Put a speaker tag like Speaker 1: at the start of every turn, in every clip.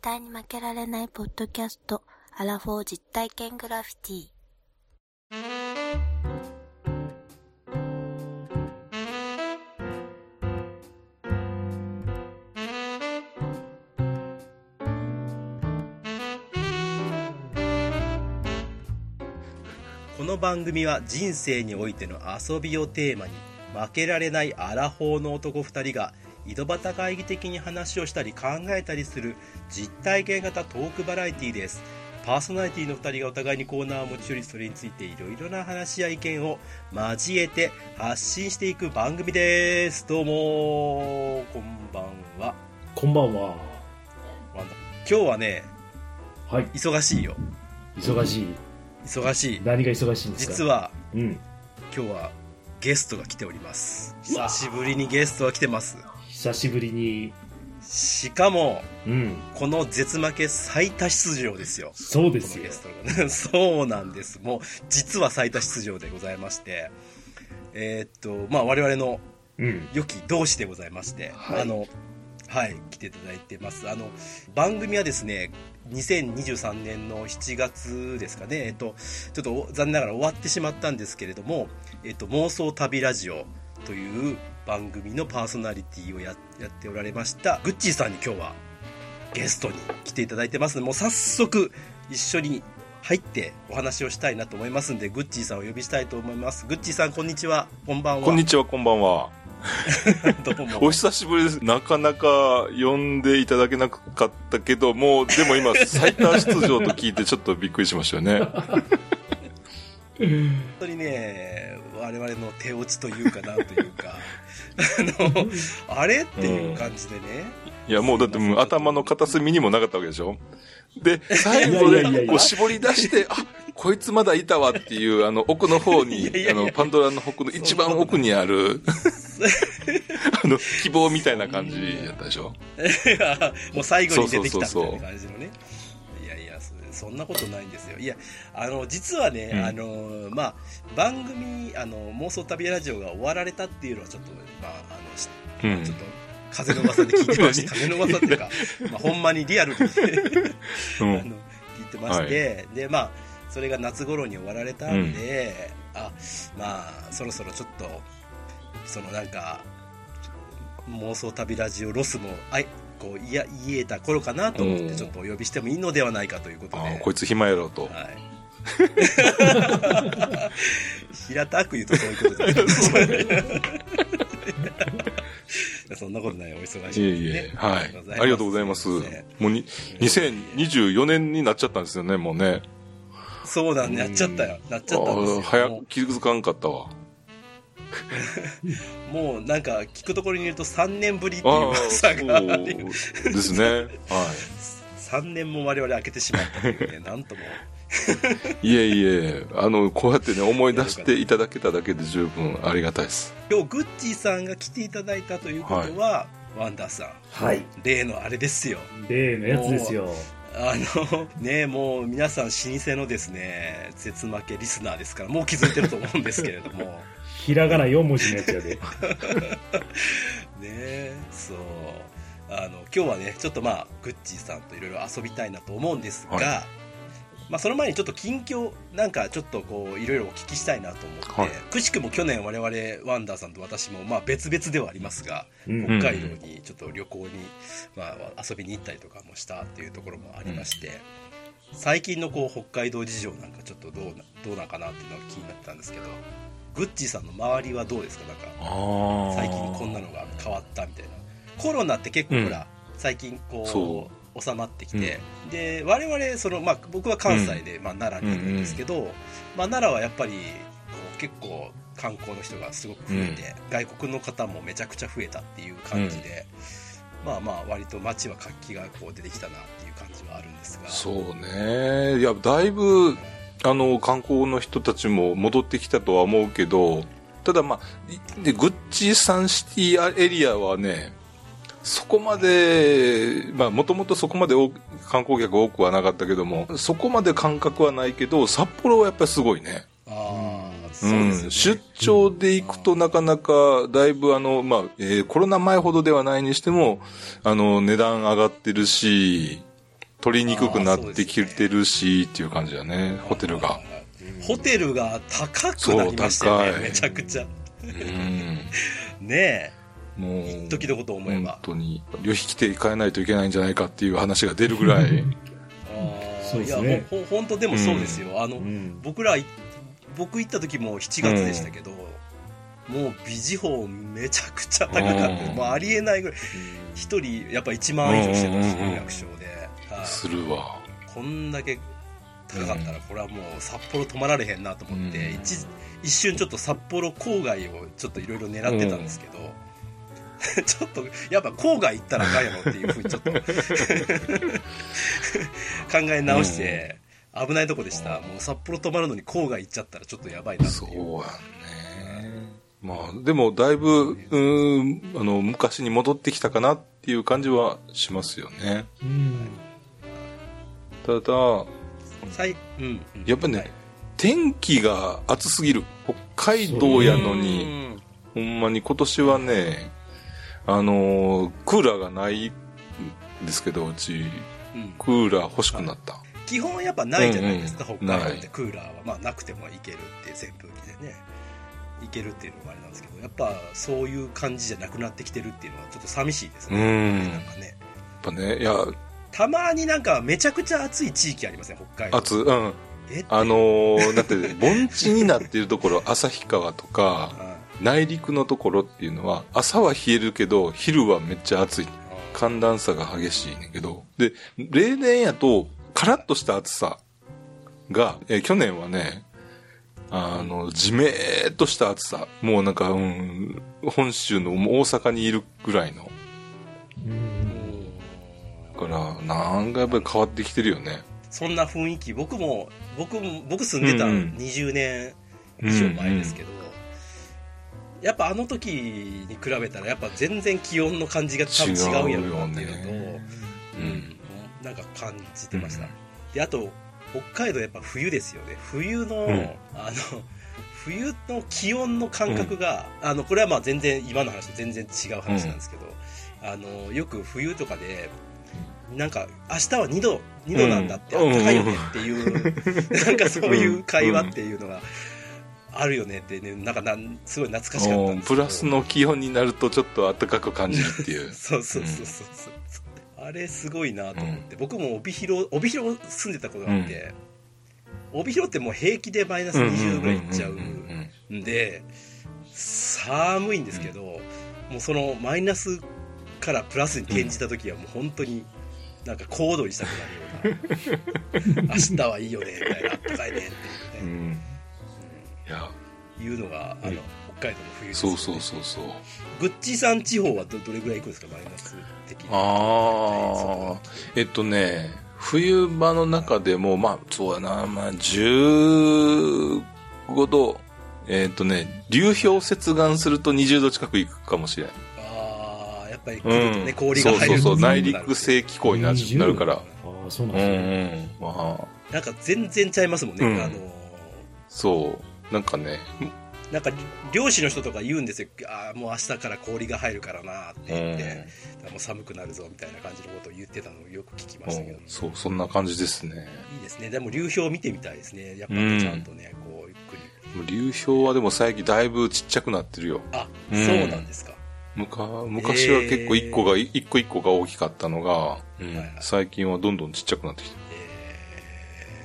Speaker 1: 対に負けられないポッドキャスト、アラフォー実体験グラフィティ。
Speaker 2: この番組は人生においての遊びをテーマに負けられないアラフォーの男2人が井戸端会議的に話をしたり考えたりする実体験型トークバラエティーですパーソナリティの2人がお互いにコーナーを持ち寄りそれについていろいろな話や意見を交えて発信していく番組ですどうもこんばんは
Speaker 3: こんばん
Speaker 2: ワ
Speaker 3: は。
Speaker 2: ンダ今日はね
Speaker 3: はい。
Speaker 2: 忙しいよ
Speaker 3: 忙しい。
Speaker 2: 忙しい
Speaker 3: 何が忙しいんですか
Speaker 2: 実
Speaker 3: は。
Speaker 2: は
Speaker 3: うん。
Speaker 2: 今日はゲストが来ております
Speaker 3: うわ
Speaker 2: 久しぶりにゲストが来てます
Speaker 3: 久しぶりに。
Speaker 2: しかも
Speaker 3: うん。
Speaker 2: この絶負け最多出場ですよ
Speaker 3: そ
Speaker 2: こ
Speaker 3: うで
Speaker 2: の
Speaker 3: すよ
Speaker 2: ゲ。ストが そうなんですもう実は最多出場でございましてえーっとまあ我々の
Speaker 3: うん。
Speaker 2: 良き同志でございまして、
Speaker 3: はい
Speaker 2: あのはい来ていただいてますあの番組はですね2023年の7月ですかねえっとちょっとお残念ながら終わってしまったんですけれどもえっと妄想旅ラジオという番組のパーソナリティをややっておられましたグッチーさんに今日はゲストに来ていただいてますのでもう早速一緒に入ってお話をしたいなと思いますんでグッチーさんをお呼びしたいと思いますグッチーさんこんにちはこんばんは
Speaker 4: こんにちは、こんばんは。
Speaker 2: どうも
Speaker 4: お久しぶりです。なかなか呼んでいただけなかったけど、もう、でも今、最多出場と聞いてちょっとびっくりしましたよね。
Speaker 2: 本当にね我々の手落ちというかなんというか あのあれっていう感じでね、
Speaker 4: いや、もうだってもう頭の片隅にもなかったわけでしょで、最後
Speaker 3: いやいやいやい
Speaker 4: で、
Speaker 3: や
Speaker 4: こう絞り出して、あ、こいつまだいたわっていう、あの、奥の方
Speaker 2: い
Speaker 4: に
Speaker 2: やいやい、や
Speaker 4: あの、パンドラの奥の一番奥にある、 あの、希望みたいな感じやったでしょ
Speaker 2: もう最後に出てきたみ
Speaker 4: そうそうそう
Speaker 2: たい
Speaker 4: そう
Speaker 2: な感じのねいやいやそそんなことないんですよいやあの実はね、
Speaker 4: うん
Speaker 2: あのまあ番組あの妄想旅ラジオが終わられたっていうのはちょっとまああのし
Speaker 4: う
Speaker 2: ちょ
Speaker 4: ん
Speaker 2: っ。と風の噂で聞いてました
Speaker 4: 何
Speaker 2: 風の噂っていうか、まあ、ほんまにリアルに
Speaker 4: う
Speaker 2: あ
Speaker 4: ん。
Speaker 2: の聞いてまして、でまあそれが夏頃に終わられたんで、あまあそろそろちょっとそのなんか妄想旅ラジオロスもあいこういや言えた頃かなと思っ
Speaker 4: う
Speaker 2: て
Speaker 4: ん
Speaker 2: ちょっとお呼びしてもいいのではないかということで、
Speaker 4: あこいつ暇やろうと。
Speaker 2: はい、 平たく言うとそういうことじゃ ない そんなことないお忙しいです
Speaker 4: い
Speaker 2: ね
Speaker 4: えいえ、はい。
Speaker 2: ござ
Speaker 4: ありがとうございます。もうに、2024年になっちゃったんですよね、もうね。
Speaker 2: そうなんだ、やっちゃったよ。なっちゃったんです
Speaker 4: あ
Speaker 2: よ。
Speaker 4: あ早
Speaker 2: も
Speaker 4: く気づかんかったわ。
Speaker 2: うもうなんか聞くところによると3年ぶりってい
Speaker 4: あ
Speaker 2: う
Speaker 4: あ、
Speaker 2: 噂
Speaker 4: そう
Speaker 2: があり
Speaker 4: ですね。は
Speaker 2: 3年も我々開けてしまったという ね、なんとも。
Speaker 4: い。いえいえ、あの、こうやってね、思い出していただけただけで十分ありがたいです。
Speaker 2: 今日、グッチーさんが来ていただいたということは、ワンダーさ
Speaker 3: はい。
Speaker 2: ん、例のあれですよ。
Speaker 3: 例のやつですよ。
Speaker 2: あの、ね、もう皆さん老舗のですね、絶負けリスナーですから、もう気づいてると思うんですけれども。
Speaker 3: ひらがな4文字のやつや で。
Speaker 2: ねそうあの今日はねちょっとまあグッチーさんといろいろ遊びたいなと思うんですが、
Speaker 4: はい
Speaker 2: まあ、その前にちょっと近況なんかちょっとこういろいろお聞きしたいなと思って、
Speaker 4: はい
Speaker 2: くしくも去年我々ワンダーさんと私もまあ別々ではありますが
Speaker 3: うん
Speaker 2: 北海道にちょっと旅行に、まあ、遊びに行ったりとかもしたっていうところもありまして、最近のこう北海道事情なんかちょっとどうなどうなんかなっていうのが気になってたんですけどグッチーさんの周りはどうですかなんか
Speaker 4: あ
Speaker 2: 最近こんなのが変わったみたいなコロナって結構ほら、最近こ
Speaker 4: そう
Speaker 2: 収まってきて、で我々その、まあ、僕は関西で、まあ、奈良にいるんですけど、まあ、奈良はやっぱりこう結構観光の人がすごく増えて、外国の方もめちゃくちゃ増えたっていう感じで、まあまあ割と街は活気がこう出てきたなっていう感じはあるんですが
Speaker 4: そうね。いや、だいぶ、あの、観光の人たちも戻ってきたとは思うけど、ただまあ、いで、グッチサンシティエリアはね、そこまで、まあ、もともとそこまで多く観光客多くはなかったけども、そこまで感覚はないけど、札幌はやっぱりすごいね。
Speaker 2: ああそううで
Speaker 4: ん。
Speaker 2: すよ
Speaker 4: 出
Speaker 2: ね、
Speaker 4: 張で行くとなかなか、だいぶあの、まあ、えーコロナ前ほどではないにしても、あの、値段上がってるし、取りにくくなってきてるし、っていう感じだね、ホテルが。
Speaker 2: ホテルが高くなりましたよ
Speaker 4: そう高
Speaker 2: ね
Speaker 4: い
Speaker 2: めちゃくちゃ
Speaker 4: うん。
Speaker 2: ね
Speaker 4: もう。
Speaker 2: え時のことを思えば
Speaker 4: 本、当に、旅費来て買えないといけないんじゃないかっていう話が出るぐらい。
Speaker 2: あー
Speaker 3: そうですね
Speaker 2: いやほほ本当でもそうですよ、あの
Speaker 3: うん
Speaker 2: 僕らい僕行った時も7月でしたけど、もうビジホめちゃくちゃ高かった、
Speaker 4: うん
Speaker 2: もうありえないぐらい1人やっぱ1万以上してたんですよ、役所で、はい
Speaker 4: するわ。
Speaker 2: こんだけ高かったらこれはもう札幌泊まられへんなと思って、
Speaker 4: うん
Speaker 2: 一一瞬ちょっと札幌郊外をちょっといろいろ狙ってたんですけど、 ちょっとやっぱ郊外行ったらあかんやろっていうふうにちょっと 考え直して危ないとこでした、もう札幌泊まるのに郊外行っちゃったらちょっとやばいなって
Speaker 4: そ
Speaker 2: いう
Speaker 4: うやね。まあ、でも、だいぶ、うーん、あの、昔に戻ってきたかなっていう感じはしますよね。
Speaker 3: うん
Speaker 4: ただ、
Speaker 2: 最うんうん
Speaker 4: やっぱね、
Speaker 2: はい
Speaker 4: 天気が暑すぎる。北海道やのに、ほんまに今年はね、あのークーラーがないんですけど、うち、
Speaker 2: うんうん
Speaker 4: クーラー欲しくなった。
Speaker 2: 基本やっぱないじゃないですか、
Speaker 4: うんう
Speaker 2: 北
Speaker 4: ん
Speaker 2: 海道っ
Speaker 4: な
Speaker 2: て
Speaker 4: い
Speaker 2: クーラーは、まあ、なくてもいけるっていう扇風機でねいけるっていうのがあれなんですけどやっぱそういう感じじゃなくなってきてるっていうのはちょっと寂しいです
Speaker 4: う
Speaker 2: ね、
Speaker 4: ん。
Speaker 2: な
Speaker 4: や
Speaker 2: んかね
Speaker 4: っぱね、いや、
Speaker 2: たまになんかめちゃくちゃ暑い地域ありません北海道
Speaker 4: 暑、うん。
Speaker 2: えって
Speaker 4: あの ーだって、盆地になっているところ、旭川とか、
Speaker 2: あ
Speaker 4: 内陸のところっていうのは朝は冷えるけど昼はめっちゃ暑い寒暖差が激しいねんけどで例年やとカラッとした暑さが、えー去年はねあのじめーっとした暑さもうなんか、うん、本州のもう大阪にいるぐらいの
Speaker 3: うん
Speaker 2: うん
Speaker 4: だからなんかやっぱり変わってきてるよね
Speaker 2: そんな雰囲気僕も僕も僕住んでた
Speaker 4: うんうん
Speaker 2: 20年以上前ですけど、やっぱあの時に比べたらやっぱ全然気温の感じが多分違うんやろうなっていうのと
Speaker 4: 違うよねうん
Speaker 2: なんか感じてました、
Speaker 4: うん
Speaker 2: であと北海道やっぱ冬ですよね冬の、
Speaker 4: うん
Speaker 2: あの冬の気温の感覚が、あのこれはまあ全然今の話と全然違う話なんですけど、あのよく冬とかでなんか明日は2度2度なんだって、
Speaker 4: うん
Speaker 2: あったかいよねっていう、なんかそういう会話っていうのがあるよねってねなんかなんすごい懐かしかったん
Speaker 4: もう
Speaker 2: ですけ
Speaker 4: プ
Speaker 2: ど
Speaker 4: ラスの気温になるとちょっと暖かく感じるってい う
Speaker 2: そうそうそうそうそう、あれすごいなと思って、僕も帯広帯広住んでたことがあって、帯広ってもう平気でマイナス20ぐらいいっちゃ
Speaker 4: んんんんん
Speaker 2: うんで寒いんですけど、もうそのマイナスからプラスに転じた時はもう本当になんか高度にしたくなるような明 日はいいよねみたいなあったかいねっていう
Speaker 4: う
Speaker 2: ね
Speaker 4: んいや
Speaker 2: いうのがあの、
Speaker 4: うん
Speaker 2: 北海道の冬ですよ
Speaker 4: そう
Speaker 2: ね
Speaker 4: そうそうそう。
Speaker 2: グッチさん地方はどどれぐらい行くんですかマイナス的に
Speaker 4: ああ、えっとね、冬場の中でも、まあ、そうやな、まあ、15度、えっとね、流氷接岸すると20度近く行くかもしれん。
Speaker 2: ああやっぱり来るとね、
Speaker 4: うん。
Speaker 2: 氷が入る
Speaker 4: そうそうそう、
Speaker 2: と寒
Speaker 4: 内
Speaker 2: くなる
Speaker 4: 陸性気候になるなるから。
Speaker 3: ああそうなん
Speaker 4: うんう
Speaker 3: ですね
Speaker 4: ん。まあ、
Speaker 2: なんか全然ちゃいますもんね、
Speaker 4: うん
Speaker 2: あの
Speaker 4: そう。なんかね、
Speaker 2: ーなんか漁師の人とか言うんですよああもう明日から氷が入るからなって言って、もう寒くなるぞみたいな感じのことを言ってたのをよく聞きま
Speaker 4: う
Speaker 2: したけど、
Speaker 4: ん、そう、そんな感じですね。
Speaker 2: いいですねでも流氷見てみたいですねやっぱ
Speaker 4: うん
Speaker 2: ちゃんとね、こうゆっくり
Speaker 4: 流氷はでも最近だいぶちっちゃくなってるよ。
Speaker 2: あ、
Speaker 4: うん
Speaker 2: そうなんですか
Speaker 4: むか昔は結構一個が、一個一個が大きかったのが、うん
Speaker 2: はいはい
Speaker 4: 最近はどんどんちっちゃくなってきて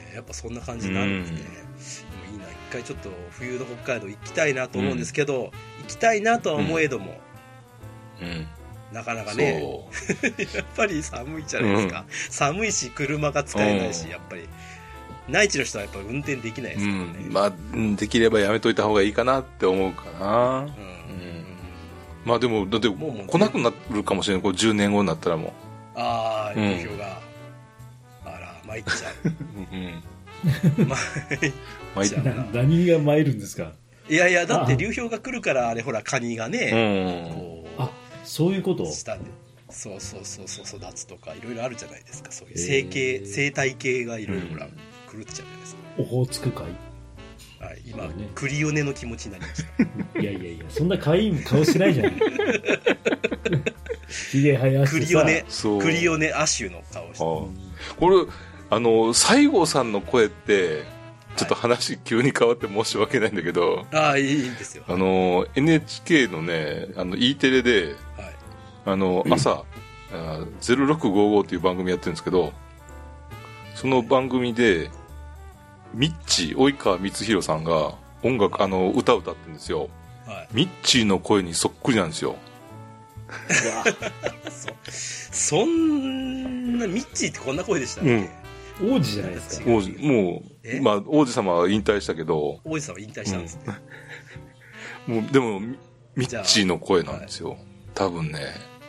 Speaker 2: えーやっぱそんな感じになるんですね、でもいいな一回ちょっと冬の北海道行きたいなと思うんですけど、行きたいなとは思えども、
Speaker 4: る。うん。
Speaker 2: なかなかね
Speaker 4: そう。
Speaker 2: やっぱり寒いじゃないですか、寒いし車が使えないし、
Speaker 4: うん
Speaker 2: やっぱり内地の人はやっぱ運転できないです
Speaker 4: う
Speaker 2: からね、
Speaker 4: ん。まあ、うんできればやめといた方がいいかなって思うかな。
Speaker 2: うん
Speaker 4: まあでも、だって
Speaker 2: もうもう
Speaker 4: 来なくなるかもしれない。こう10年後になったらも
Speaker 2: ああ
Speaker 4: うん
Speaker 2: 目標が、あら参っちゃ
Speaker 4: う。うん。
Speaker 2: う まあ
Speaker 4: まあ、い
Speaker 2: じゃ
Speaker 3: な何が参るんですか
Speaker 2: いやいやだって流氷が来るからあれほらカニが
Speaker 4: う
Speaker 2: ね、
Speaker 4: ん。
Speaker 2: こ
Speaker 3: あそういうこ
Speaker 2: う
Speaker 3: と
Speaker 2: 下でそうそうそうそう育つとかいろいろあるじゃないですかそういう生形、
Speaker 3: へー
Speaker 2: 生態系がいろいろほら
Speaker 4: うん
Speaker 2: 狂っちゃうじゃないですか
Speaker 3: オホーツク海
Speaker 2: はい今、
Speaker 3: そうね
Speaker 2: クリオネ の気持ちになりました
Speaker 3: いやいやいやそんな可愛い顔してないじゃないひげ生やして
Speaker 2: ク
Speaker 3: さ
Speaker 2: リオネ、
Speaker 4: そう
Speaker 2: クリオネアシュの顔して。
Speaker 4: あこれあの西郷さんの声ってちょっと話急に変わって申し訳ないんだけど、
Speaker 2: ああ、いいんですよ。
Speaker 4: あの NHK のねあの E テレで
Speaker 2: はい。
Speaker 4: あの朝、あ0655っていう番組やってるんですけどその番組でミッチー及川光弘さんが音楽あの歌を歌ってるんですよ
Speaker 2: は
Speaker 4: ミッチーの声にそっくりなんですよ
Speaker 2: い。そ、そんな、ミッチーってこんな声でしたっ
Speaker 4: うん
Speaker 2: け
Speaker 3: 王子じゃないですか
Speaker 4: もうも
Speaker 2: え
Speaker 4: う、まあ、王子様は引退したけど
Speaker 2: 王子さんは引退したんですね。
Speaker 4: もうでもミミッチーの声なんですよ、多分ね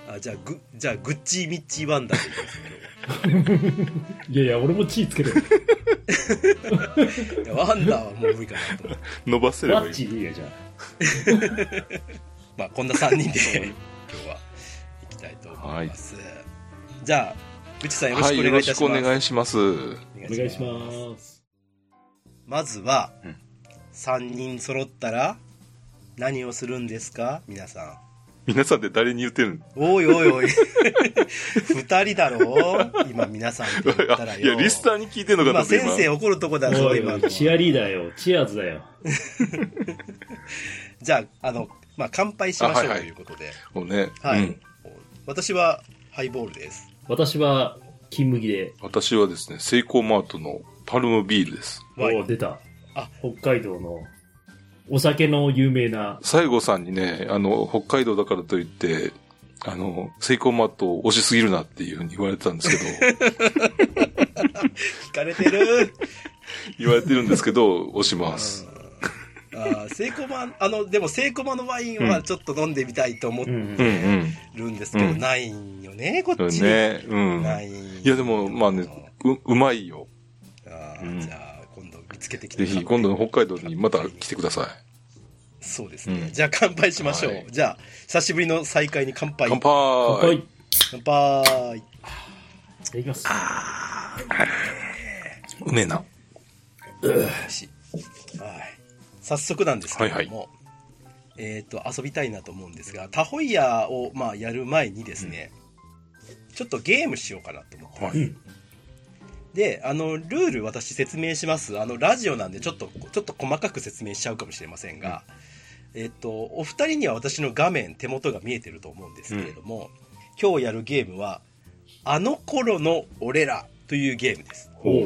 Speaker 2: あ、じゃあ、グ、じゃあ、グッチーミッチーワンダーでいきますね
Speaker 3: いやいや俺も地位つける
Speaker 2: 今日は。いやワンダーはもう無理かなと思 って。
Speaker 4: 伸ばせれ
Speaker 3: ワ
Speaker 4: ばい
Speaker 3: ッ
Speaker 4: い
Speaker 3: チでいいやじゃあ
Speaker 2: まあ、こんな3人で、今日は行きたいと思います。じゃあ、グッチさんよろ
Speaker 4: は
Speaker 2: しく
Speaker 4: い
Speaker 2: お願
Speaker 4: よ
Speaker 2: い
Speaker 4: ろ
Speaker 2: いた
Speaker 4: し
Speaker 2: し
Speaker 4: くお
Speaker 2: ます。
Speaker 4: 願いします
Speaker 3: お願いします
Speaker 2: まずは、
Speaker 4: うん
Speaker 2: 三3人揃ったら何をするんですか皆さ
Speaker 4: 皆さんって誰に言ってる
Speaker 2: んおいおい おい2人だろ今皆さんって言ったら
Speaker 4: のい
Speaker 2: よ
Speaker 4: やリスターに聞いてるのか
Speaker 2: 今
Speaker 4: と思
Speaker 2: 先生
Speaker 4: って
Speaker 2: 怒るとこだ
Speaker 3: お
Speaker 2: ぞ
Speaker 3: い
Speaker 2: 今
Speaker 3: お
Speaker 2: の
Speaker 3: いチアリーダーよチアーズだよ
Speaker 2: じゃああの、まあ、乾杯しましょう
Speaker 4: あはいはい
Speaker 2: ということで
Speaker 4: 今もうね、
Speaker 2: はい、
Speaker 4: うん、
Speaker 2: 私はハイボール です
Speaker 3: 私は金麦で
Speaker 4: 私はですねセイコーマートのパルムビールです
Speaker 3: お
Speaker 2: ワイン
Speaker 3: ー出た
Speaker 2: あ
Speaker 3: 北海道のお酒の有名な
Speaker 4: 西郷さんにねあの北海道だからといってあのセイコーマートを推しすぎるなっていうふうに言われてたんですけ ど
Speaker 2: 聞かれてる
Speaker 4: 言われてるんですけど推します
Speaker 2: あーセイコマあのでもセイコマのワインはちょっと飲んでみたいと思っ
Speaker 3: うん
Speaker 4: うんう
Speaker 3: うん
Speaker 4: ん
Speaker 2: るんですけど、
Speaker 4: うん
Speaker 2: ないんよねこ
Speaker 4: そ
Speaker 2: っ
Speaker 4: う
Speaker 2: ち、
Speaker 4: ねうん
Speaker 2: ない
Speaker 4: いやでもまあねううまいよ
Speaker 2: あー
Speaker 4: うん
Speaker 2: じゃあ今度見つけてきて
Speaker 4: ぜひ今度の北海道にまた来てください。
Speaker 2: そうですね、
Speaker 4: うん
Speaker 2: じゃあ乾杯しましょう、
Speaker 4: はい
Speaker 2: じゃあ久しぶりの再会に乾杯
Speaker 3: 乾
Speaker 4: 乾
Speaker 3: 杯、
Speaker 4: 杯
Speaker 3: い
Speaker 2: 乾杯
Speaker 3: ただきます
Speaker 4: うめえな。
Speaker 2: 美味しいはい早速なんですけれども、えっ、と遊びたいなと思うんですがタホイヤーをまあやる前にですね、ちょっとゲームしようかなと思ってます、
Speaker 3: うん
Speaker 2: であのルール私説明しますあのラジオなんでちょっとちょっと細かく説明しちゃうかもしれませんが、えっとお二人には私の画面手元が見えてると思うんですけれども、今日やるゲームは「あの頃の俺ら」というゲームです
Speaker 3: おう
Speaker 2: う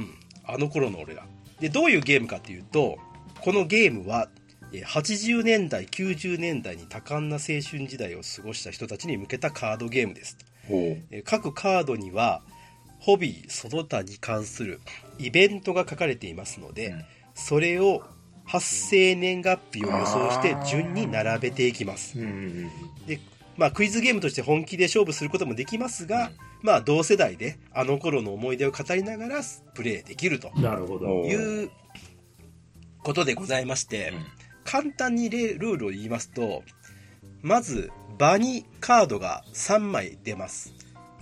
Speaker 2: ん、あの頃の俺ら。で、どういうゲームかっていうと、このゲームは、えー80年代、90年代に多感な青春時代を過ごした人たちに向けたカードゲームです。えー各カードには、ホビー、その他に関するイベントが書かれていますので、
Speaker 4: うん
Speaker 2: それを発生年月日を予想して順に並べていきます。
Speaker 3: うん
Speaker 2: で、まあ、クイズゲームとして本気で勝負することもできますが、まあ、同世代であの頃の思い出を語りながらプレイできると
Speaker 3: なるほど
Speaker 4: お
Speaker 2: いうことでございまして、
Speaker 4: うん
Speaker 2: 簡単にレルールを言いますとまず場にカードが3枚出ます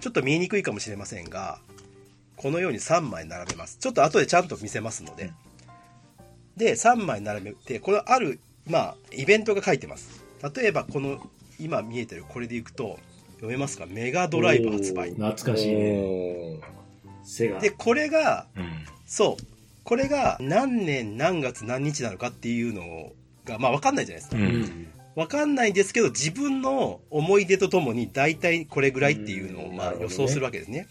Speaker 2: ちょっと見えにくいかもしれませんがこのように3枚並べますちょっと後でちゃんと見せますので、で3枚並べてこれあるまあイベントが書いてます例えばこの今見えてるこれでいくと読めますかメガドライブ発売
Speaker 3: 懐かしいねセガ
Speaker 2: でこれが
Speaker 4: うん
Speaker 2: そう。これが何年何月何日なのかっていうのが、まあ分かんないじゃないです
Speaker 4: う
Speaker 2: か。
Speaker 3: うんん
Speaker 2: 分かんないですけど、自分の思い出とともに大体これぐらいっていうのを
Speaker 3: うん
Speaker 2: ま
Speaker 3: な
Speaker 2: あ
Speaker 3: るほど
Speaker 2: 予
Speaker 3: ね
Speaker 2: 想するわけですね。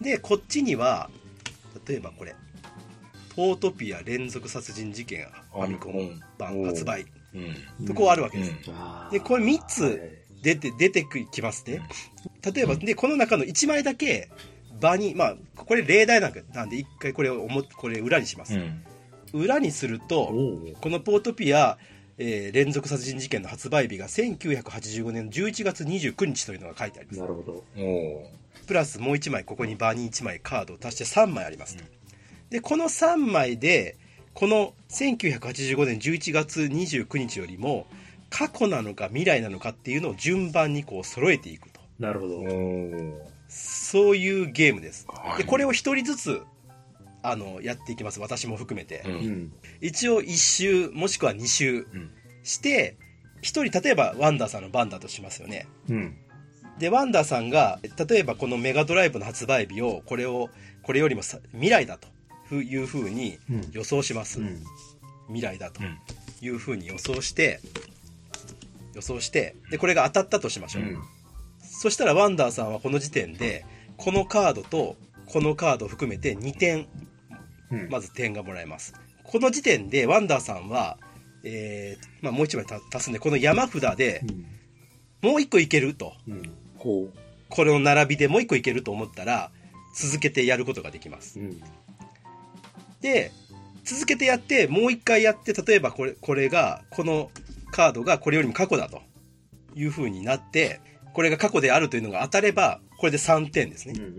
Speaker 2: で、こっちには、例えばこれ、ポートピア連続殺人事件ファミコン版発売
Speaker 4: うん
Speaker 2: とこうあるわけです。
Speaker 3: あー
Speaker 2: でこれ三つ
Speaker 3: はい
Speaker 2: 出て、出てきますね。例えば、で、この中の1枚だけ、場に、まあ、これ例題なんかなんで、一回これを思っこれ裏にします。
Speaker 4: うん
Speaker 2: 裏にする
Speaker 3: お
Speaker 2: と
Speaker 3: う
Speaker 2: この「ポートピア、えー連続殺人事件」の発売日が1985年11月29日というのが書いてありま
Speaker 3: なるほど
Speaker 4: お
Speaker 2: すプラスもう1枚ここにバーに1枚カードを足して3枚ありますと、でこの3枚でこの1985年11月29日よりも過去なのか未来なのかっていうのを順番にこう揃えていくと
Speaker 3: なるほど
Speaker 4: お
Speaker 2: そういうゲームです、
Speaker 4: は
Speaker 2: で
Speaker 4: い
Speaker 2: これを1人ずつあのやっていきます私も含めて、
Speaker 4: うん
Speaker 3: うん
Speaker 2: 一応1周もしくは2周
Speaker 4: うん
Speaker 2: して、一1人例えばワンダーさんの番だとしますよね
Speaker 3: うん
Speaker 2: で、ワンダーさんが、例えばこのメガドライブの発売日を、これを、これよりもさ未来だとふいうふうに
Speaker 3: うん
Speaker 2: 予想します。
Speaker 3: うん
Speaker 2: 未来だと
Speaker 4: うん
Speaker 2: いうふうに予想して、予想して、で、これが当たったとしましょう。そしたらワンダーさんはこの時点で、このカードとこのカードを含めて2点、
Speaker 3: うん
Speaker 2: まず点がもらえます。この時点でワンダーさんは、えーまあ、もう一枚た足すんで、この山札でもう一個いけると。
Speaker 3: うんうん
Speaker 4: ほう。
Speaker 2: これの並びでもう一個いけると思ったら、続けてやることができます。
Speaker 3: うん
Speaker 2: で、続けてやって、もう一回やって、例えばこれ、これが、このカードがこれよりも過去だという風になって、これが過去であるというのが当たれば、これで3点です
Speaker 3: う
Speaker 2: ね
Speaker 3: ん。うん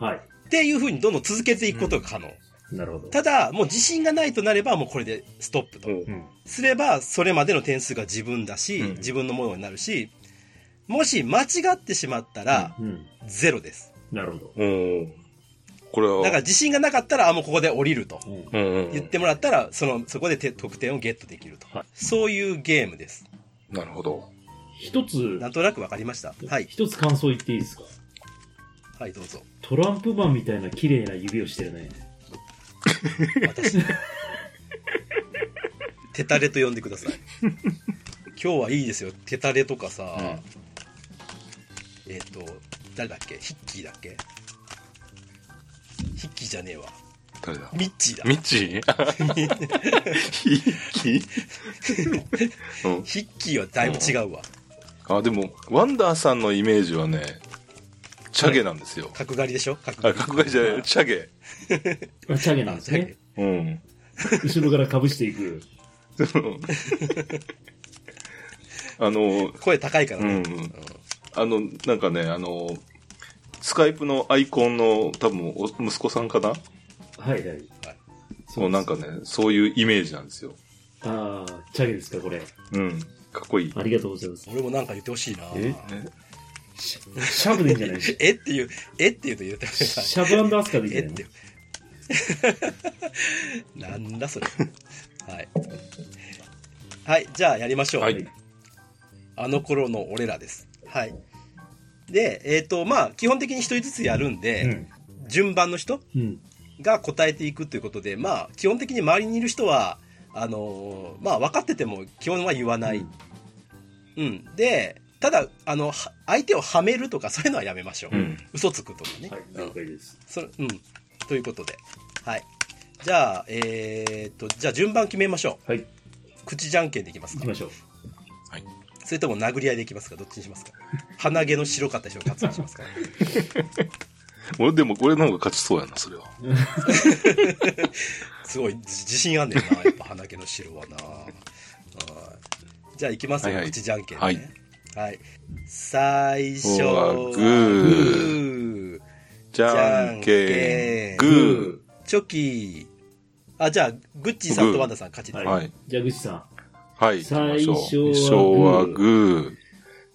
Speaker 3: は
Speaker 2: っていう風にどんどん続けていくことが可能。
Speaker 3: いなるほど
Speaker 2: ただ、もう自信がないとなれば、もうこれでストップと。
Speaker 3: うん
Speaker 2: すれば、それまでの点数が自分だし、
Speaker 4: うん
Speaker 2: 自分のものになるし、もし間違ってしまったら、
Speaker 3: うん
Speaker 2: ゼロです。
Speaker 3: なるほど
Speaker 4: うん。これは、
Speaker 2: だから自信がなかったら、あ、もうここで降りると。
Speaker 3: うん
Speaker 4: うんうん、
Speaker 2: 言ってもらったら、その、そこでて得点をゲットできると。
Speaker 3: はい
Speaker 2: そういうゲームです。
Speaker 4: なるほど。
Speaker 3: 一つ
Speaker 2: なんとなくわかりました。はい。
Speaker 3: 一つ感想言っていいですか
Speaker 2: はい、どうぞ。
Speaker 3: トランプマンみたいな綺麗な指をしてるね
Speaker 2: 私。 テタレと呼んでください。今日はいいですよ。テタレとかさ、えっ、と、誰だっけヒッキーだっけヒッキーじゃねえわ。
Speaker 4: 誰だ
Speaker 2: ミッチーだ。
Speaker 4: ミッチ ーうん。
Speaker 2: ヒッキーはだいぶ違うわ。
Speaker 4: あ、でも、ワンダーさんのイメージはね、チャゲなんですよ。
Speaker 2: 角刈りでしょ角
Speaker 4: あ、格外じゃない、チャゲ。
Speaker 3: あチャゲなんですね。
Speaker 4: うん。
Speaker 3: 後ろからかぶしていく
Speaker 4: あの、
Speaker 2: 声高いから
Speaker 4: う
Speaker 2: ね。
Speaker 4: ん。あの、なんかね、あの、スカイプのアイコンの多分お息子さんかな
Speaker 3: はいはい
Speaker 4: そう、なんかね、そういうイメージなんですよ。
Speaker 3: ああチャゲですかこれ
Speaker 4: うん。かっこいい。
Speaker 3: ありがとうございます
Speaker 2: 俺もなんか言ってほしいな
Speaker 3: え
Speaker 4: ね
Speaker 3: シシャブでいいんじゃない
Speaker 2: えっていう、えっていうと言ってほしい。
Speaker 3: シャブアスカでいいん
Speaker 2: え
Speaker 3: じ
Speaker 2: っ
Speaker 3: ゃない
Speaker 2: て。なんだそれ。はい。はい、じゃあやりましょう。
Speaker 4: はい
Speaker 2: あの頃の俺らです。はい。で、えっ、と、まあ、基本的に一人ずつやるんで、順番の人
Speaker 3: うんうん
Speaker 2: が答えていくということで、まあ、基本的に周りにいる人は、あのーまあ、分かってても基本は言わない。うん。で、ただ、あの、は相手をはめるとか、そういうのはやめましょう。
Speaker 4: うん
Speaker 2: 嘘つくとかね。
Speaker 3: はい了解です
Speaker 2: それうん。ということで。はい。じゃあ、えー、っと、じゃあ順番決めましょ
Speaker 3: はい、
Speaker 2: う。口じゃんけんでいきますか
Speaker 3: 行きましょう。
Speaker 4: はい。
Speaker 2: それとも殴り合いでいきますかどっちにしますか鼻毛の白かった人を勝つにしますか
Speaker 4: 俺でも、俺の方が勝ちそうやな、それは。
Speaker 2: すごい、自自信あんねんな。やっぱ鼻毛の白はな。はいじゃあいきますよ、
Speaker 4: はいはい
Speaker 2: 口じゃんけん、ね。
Speaker 4: は
Speaker 2: はいい。最初はグ
Speaker 4: おー
Speaker 2: ー
Speaker 4: グーじゃんけん、グ
Speaker 2: チョキあ、じゃあ、グッチーさんとワンダさん勝ちで
Speaker 3: は
Speaker 2: す
Speaker 3: い
Speaker 4: ー。
Speaker 2: ね。
Speaker 4: はい。
Speaker 3: じゃあ、ぐちさ
Speaker 4: はい。行きましょ
Speaker 3: 最初
Speaker 4: う最初は
Speaker 3: は
Speaker 4: グー。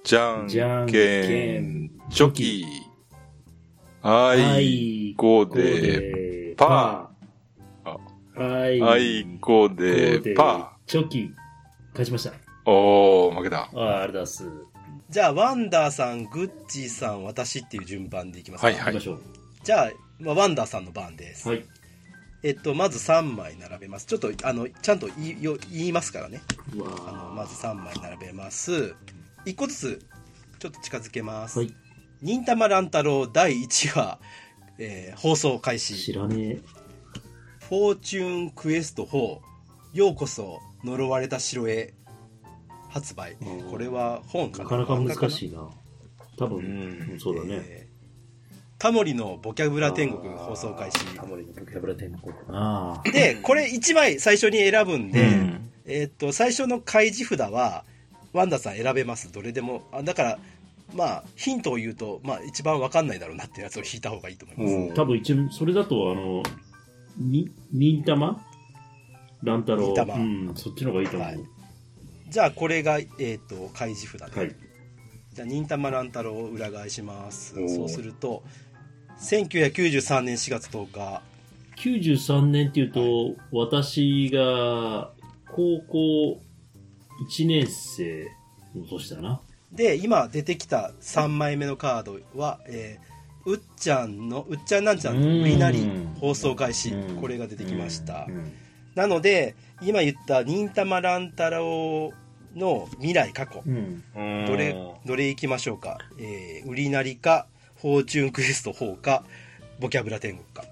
Speaker 4: じゃん
Speaker 3: じゃん
Speaker 4: け
Speaker 3: け
Speaker 4: ん
Speaker 3: ん、
Speaker 4: チョキ。
Speaker 3: ん。
Speaker 4: あい
Speaker 3: い
Speaker 4: こで、
Speaker 3: で
Speaker 4: パ
Speaker 3: ー。はい。
Speaker 4: あいこ
Speaker 3: こ
Speaker 4: で、パ
Speaker 3: チョキ。勝ちました。
Speaker 4: ー。おー、負けた。
Speaker 3: ああ、あれだっす。
Speaker 2: じゃあ、ワンダーさん、グッチーさん、私っていう順番でいきますか。
Speaker 4: はい
Speaker 3: 行
Speaker 4: は
Speaker 3: きま
Speaker 4: い。
Speaker 3: しょう。
Speaker 2: じゃあ、まあ、ワンダーさんの番です。
Speaker 3: はい。
Speaker 2: えっと、まず3枚並べます。ちょっと、あの、ちゃんと言いよ言いますからね。
Speaker 3: うわ
Speaker 2: あの、
Speaker 3: ー
Speaker 2: まず3枚並べます。1個ずつ、ちょっと近づけます。
Speaker 3: はい。
Speaker 2: 忍たま乱太郎第1話、えー放送開始。
Speaker 3: 知らね
Speaker 2: フォーチューンクエスト4、ようこそ呪われた城へ、発売
Speaker 3: あー。
Speaker 2: これは本か
Speaker 3: え。な
Speaker 2: な
Speaker 3: かなか難
Speaker 2: い。
Speaker 3: しいな。多分、
Speaker 4: うん
Speaker 3: うんそうだね。
Speaker 2: えータモリのボキャブラ天国放送開始。
Speaker 3: タモリのボキャブラ天国。ああ。
Speaker 2: で、これ1枚最初に選ぶんで、
Speaker 4: うん
Speaker 2: えーっと、最初の開示札は、ワンダさん選べます。どれでも。あだから、まあ、ヒントを言うと、まあ、一番わかんないだろうなってやつを引いた方がいいと思います。
Speaker 4: おー
Speaker 3: 多分一部、それだと、あの、に、忍たま乱太郎。
Speaker 2: 忍たま
Speaker 3: うん、そっちの方がいいと思う。
Speaker 2: はいじゃあ、これが、えーっと、開示札で。
Speaker 3: はい。
Speaker 2: じゃあ、忍たま乱太郎を裏返します
Speaker 4: お。ー
Speaker 2: そうすると、1993年4月10日、
Speaker 3: 93年っていうと、私が高校1年生の年だな。
Speaker 2: で今出てきた3枚目のカードは、えーうっちゃんのうっちゃんなんちゃんの
Speaker 3: うん
Speaker 2: ウィナリ放送開始
Speaker 3: うん
Speaker 2: これが出てきました、
Speaker 3: うん
Speaker 2: なので今言った忍たま乱太郎の未来過去
Speaker 3: うん
Speaker 2: どれどれいきましょうか、えー、ウリナリかフォーチュンクエスト4かボキャブラ天国か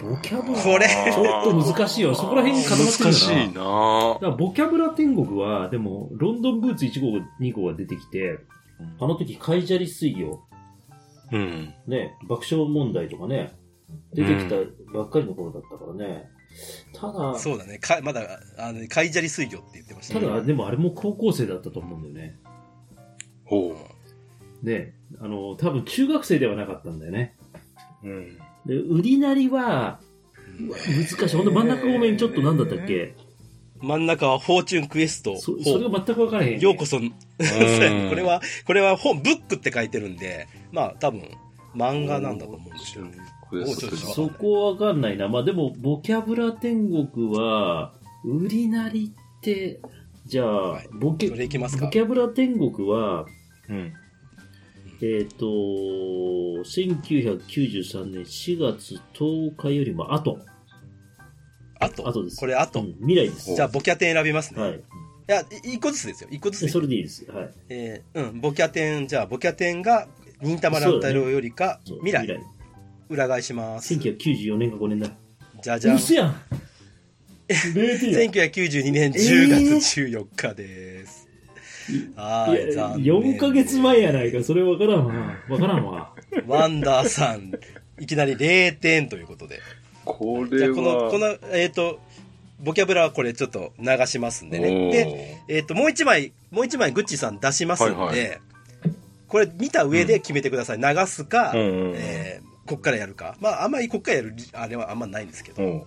Speaker 3: ボキャブラ
Speaker 2: これ
Speaker 3: ちょっと難しいよそこら辺に固まってるんだ
Speaker 4: 難しい
Speaker 3: だか
Speaker 4: なぁ
Speaker 3: らボキャブラ天国はでもロンドンブーツ1号2号が出てきてあの時カイジャリ水魚
Speaker 4: うん。
Speaker 3: ね、爆笑問題とかね、出てきたばっかりの頃だったからね。ただ、
Speaker 2: そうだねかまだあのカイジャリ水魚って言ってました
Speaker 3: た
Speaker 2: ね
Speaker 3: だ、でもあれも高校生だったと思うんだよね。
Speaker 4: ほう。
Speaker 3: ね、あの、多分中学生ではなかったんだよね。
Speaker 4: うん。
Speaker 3: で、売りなりは、うわ難しい。ほんと真ん中方面ちょっと何だったっけ
Speaker 2: 真ん中はフォーチュンクエスト
Speaker 3: そそれ
Speaker 2: 4
Speaker 3: が全く分からへん。
Speaker 2: ようこそそうやね
Speaker 4: う ん
Speaker 2: これはこれは本ブックって書いてるんでまあ多分漫画なんだと思うんですよ
Speaker 4: クエスト
Speaker 2: そ
Speaker 3: そこわかんないな。まあでも、ボキャブラ天国は、売りなりって、じゃあ
Speaker 2: はい、
Speaker 3: ボケ、
Speaker 2: どれいきますか
Speaker 3: ボキャブラ天国は、
Speaker 4: うん。
Speaker 3: えっ、と、1993年4月10日よりも後。
Speaker 2: あと
Speaker 3: 後です
Speaker 2: これあと、
Speaker 3: うん未来です。
Speaker 2: じゃあボキャテン選びますね、、
Speaker 3: はいい。
Speaker 2: やい一個ずつですよ一個ずつ
Speaker 3: それでいいです。はい。
Speaker 2: えーうんボキャテンじゃあボキャテンが忍たま乱太郎よりか、
Speaker 3: そう
Speaker 2: 未来裏返します
Speaker 3: 1994年か5年だ。
Speaker 2: じゃじゃん
Speaker 3: 嘘や ん !0 やん。
Speaker 2: 1992年
Speaker 3: えー
Speaker 2: 10月14日です、はーい
Speaker 3: いや
Speaker 2: 残念
Speaker 3: 4ヶ月前やないか、それわからんわ。わから んわ。
Speaker 2: ワンダーさん、いきなり0点ということで。
Speaker 4: こ
Speaker 2: じゃ
Speaker 4: れ
Speaker 2: あ
Speaker 4: は。
Speaker 2: この、この、えっ、と、ボキャブラはこれちょっと流しますんでね。
Speaker 4: おー
Speaker 2: で、えっ、と、もう一枚、もう一枚グッチさん出しますんで、
Speaker 4: はいは
Speaker 2: これ見た上で決めてください。流すか、
Speaker 4: うんうんうん
Speaker 2: えーこっからやるか。まあ、あんまりこっからやる、あれはあんまないんですけど。
Speaker 4: うん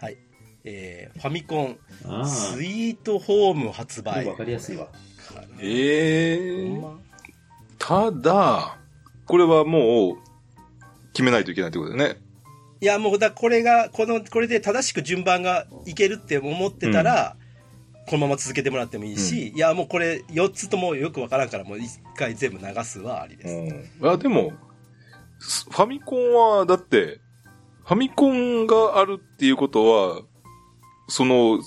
Speaker 2: はい。えーファミコン、
Speaker 3: あ
Speaker 2: スイートホーム発
Speaker 3: あ。
Speaker 2: 売。
Speaker 3: わかりやすいわ。
Speaker 4: え
Speaker 2: ほん
Speaker 4: ー
Speaker 2: ま
Speaker 4: ただ、これはもう、決めないといけないってことだよね。
Speaker 2: いや、もう、だこれが、この、これで正しく順番がいけるって思ってたら、このまま続けてもらってもいいし、いや、もうこれ、4つともよくわからんから、もう1回全部流すはありです。
Speaker 4: うん。あ、でも、すファミコンは、だって、ファミコンがあるっていうことは、その、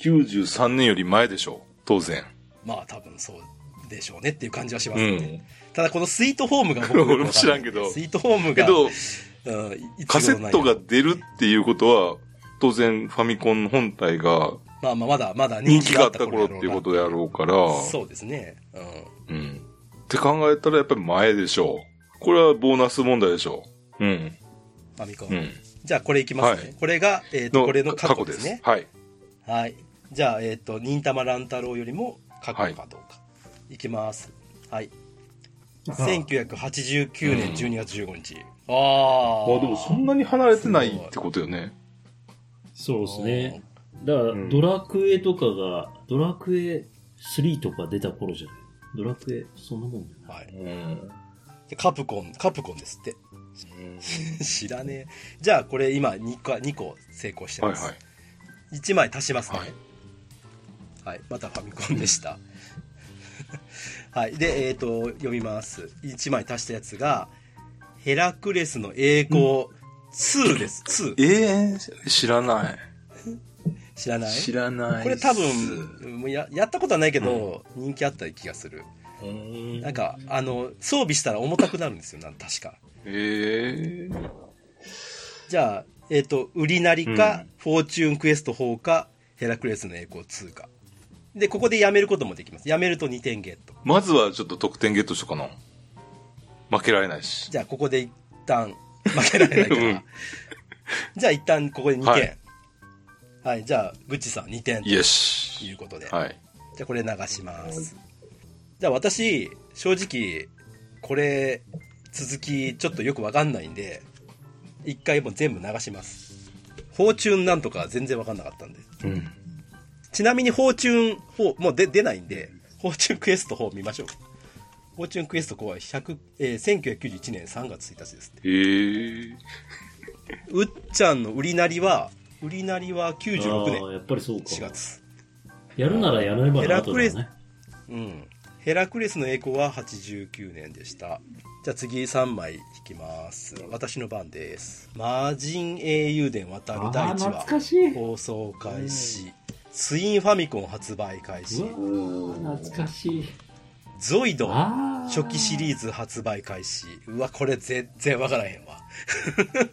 Speaker 4: 1993年より前でしょ。当然。
Speaker 2: まあ、多分そうでしょうねっていう感じはしま
Speaker 4: う
Speaker 2: すね。
Speaker 4: ん。
Speaker 2: ただ、このスイートホームが 僕よくわか
Speaker 4: 俺も知らんけど
Speaker 2: スイートホーム
Speaker 4: け
Speaker 2: が、
Speaker 4: ど、
Speaker 2: うんいいつ頃の
Speaker 4: カセットが出るっていうことは、当然ファミコン本体が
Speaker 2: まあまあ、まだ、まだ
Speaker 4: 人
Speaker 2: 人
Speaker 4: 気
Speaker 2: 気
Speaker 4: が
Speaker 2: が
Speaker 4: あ
Speaker 2: あ
Speaker 4: っ
Speaker 2: った
Speaker 4: た
Speaker 2: 頃
Speaker 4: 頃
Speaker 2: や
Speaker 4: っ
Speaker 2: ろ
Speaker 4: て
Speaker 2: う
Speaker 4: いう
Speaker 2: な
Speaker 4: ことやろうから、
Speaker 2: そうですね。うん。
Speaker 4: うん。って考えたらやっぱり前でしょう。これはボーナス問題でしょう。うん。
Speaker 2: ファミコン。
Speaker 4: うん。
Speaker 2: じゃあ、これいきますね。
Speaker 4: はい
Speaker 2: これが、えっ、と、これの過去ですね。
Speaker 4: はい。
Speaker 2: はい。じゃあ、えっ、と、忍たま乱太郎よりも過去かどうか。い、きます。はい。1989年12月15日。あ
Speaker 4: あ、
Speaker 2: あ。
Speaker 4: でもそんなに離れてないってことよね。
Speaker 3: そうですね。だから、
Speaker 4: ん
Speaker 3: ドラクエとかが、ドラクエ3とか出た頃じゃないドラクエ、そんなもんじゃない
Speaker 2: はい。
Speaker 4: うん。
Speaker 2: でカプコン、カプコンですって。 知らねえ。じゃあ、これ今2個、2個成功して
Speaker 4: はい
Speaker 2: ます。
Speaker 4: はい。
Speaker 2: 1枚足しますね。
Speaker 4: はい。
Speaker 2: はい、またファミコンでした。 はい、で、えっ、と、読みます。1枚足したやつが、ヘラクレスの栄光2です。2。
Speaker 4: ええ知らない。
Speaker 2: 知らない
Speaker 4: 知らない。
Speaker 2: これ多分、もうややったことはないけど、人気あった気がする。
Speaker 4: うん。
Speaker 2: なんか、あの、装備したら重たくなるんですよ、なん確か。
Speaker 4: ええ
Speaker 2: じゃあ、えっ、と、ウリナリか、フォーチュンクエスト4か、ヘラクレスの栄光2か。で、ここでやめることもできます。やめると2点ゲット。
Speaker 4: まずはちょっと得点ゲットしようかな。負けられないし。
Speaker 2: じゃあここで一 旦負けられないから、
Speaker 4: うん
Speaker 2: じゃあ一旦ここで2点
Speaker 4: は
Speaker 2: はいい、じゃあグッチさん2点と
Speaker 4: イエ
Speaker 2: い
Speaker 4: シ。
Speaker 2: うことで、
Speaker 4: はい。
Speaker 2: じゃあこれ流しますじゃあ私正直これ続きちょっとよくわかんないんで一回もう全部流しますフォーチュンなんとか全然わかんなかったんで
Speaker 4: うん。
Speaker 2: ちなみにフォーチュン4もうで出ないんでフォーチュンクエスト4見ましょうフォーチュンクエスト4は100、えー1991年3月1日です
Speaker 4: ええ
Speaker 2: うっちゃんの売りなりは、売りなりは
Speaker 3: あ
Speaker 2: 96
Speaker 3: あ、
Speaker 2: 年
Speaker 3: やっぱりそうか。
Speaker 2: 4月。
Speaker 3: やるならやらねば
Speaker 2: ヘ
Speaker 3: な
Speaker 2: ラク
Speaker 3: とだ
Speaker 2: レ
Speaker 3: よ
Speaker 2: ス
Speaker 3: ね。
Speaker 2: うん。ヘラクレスの栄光は89年でした。じゃあ次3枚引きます。私の番です。魔人英雄伝渡
Speaker 3: あ
Speaker 2: る
Speaker 3: ー
Speaker 2: 第1
Speaker 3: 懐
Speaker 2: 話。
Speaker 3: かしい。う
Speaker 2: 放送開始。ツインファミコン発売開始
Speaker 3: わ。ー懐かしい。
Speaker 2: ゾイド
Speaker 3: ああ。
Speaker 2: 初期シリーズ発売開始。うわ、これ全然わからへんわ。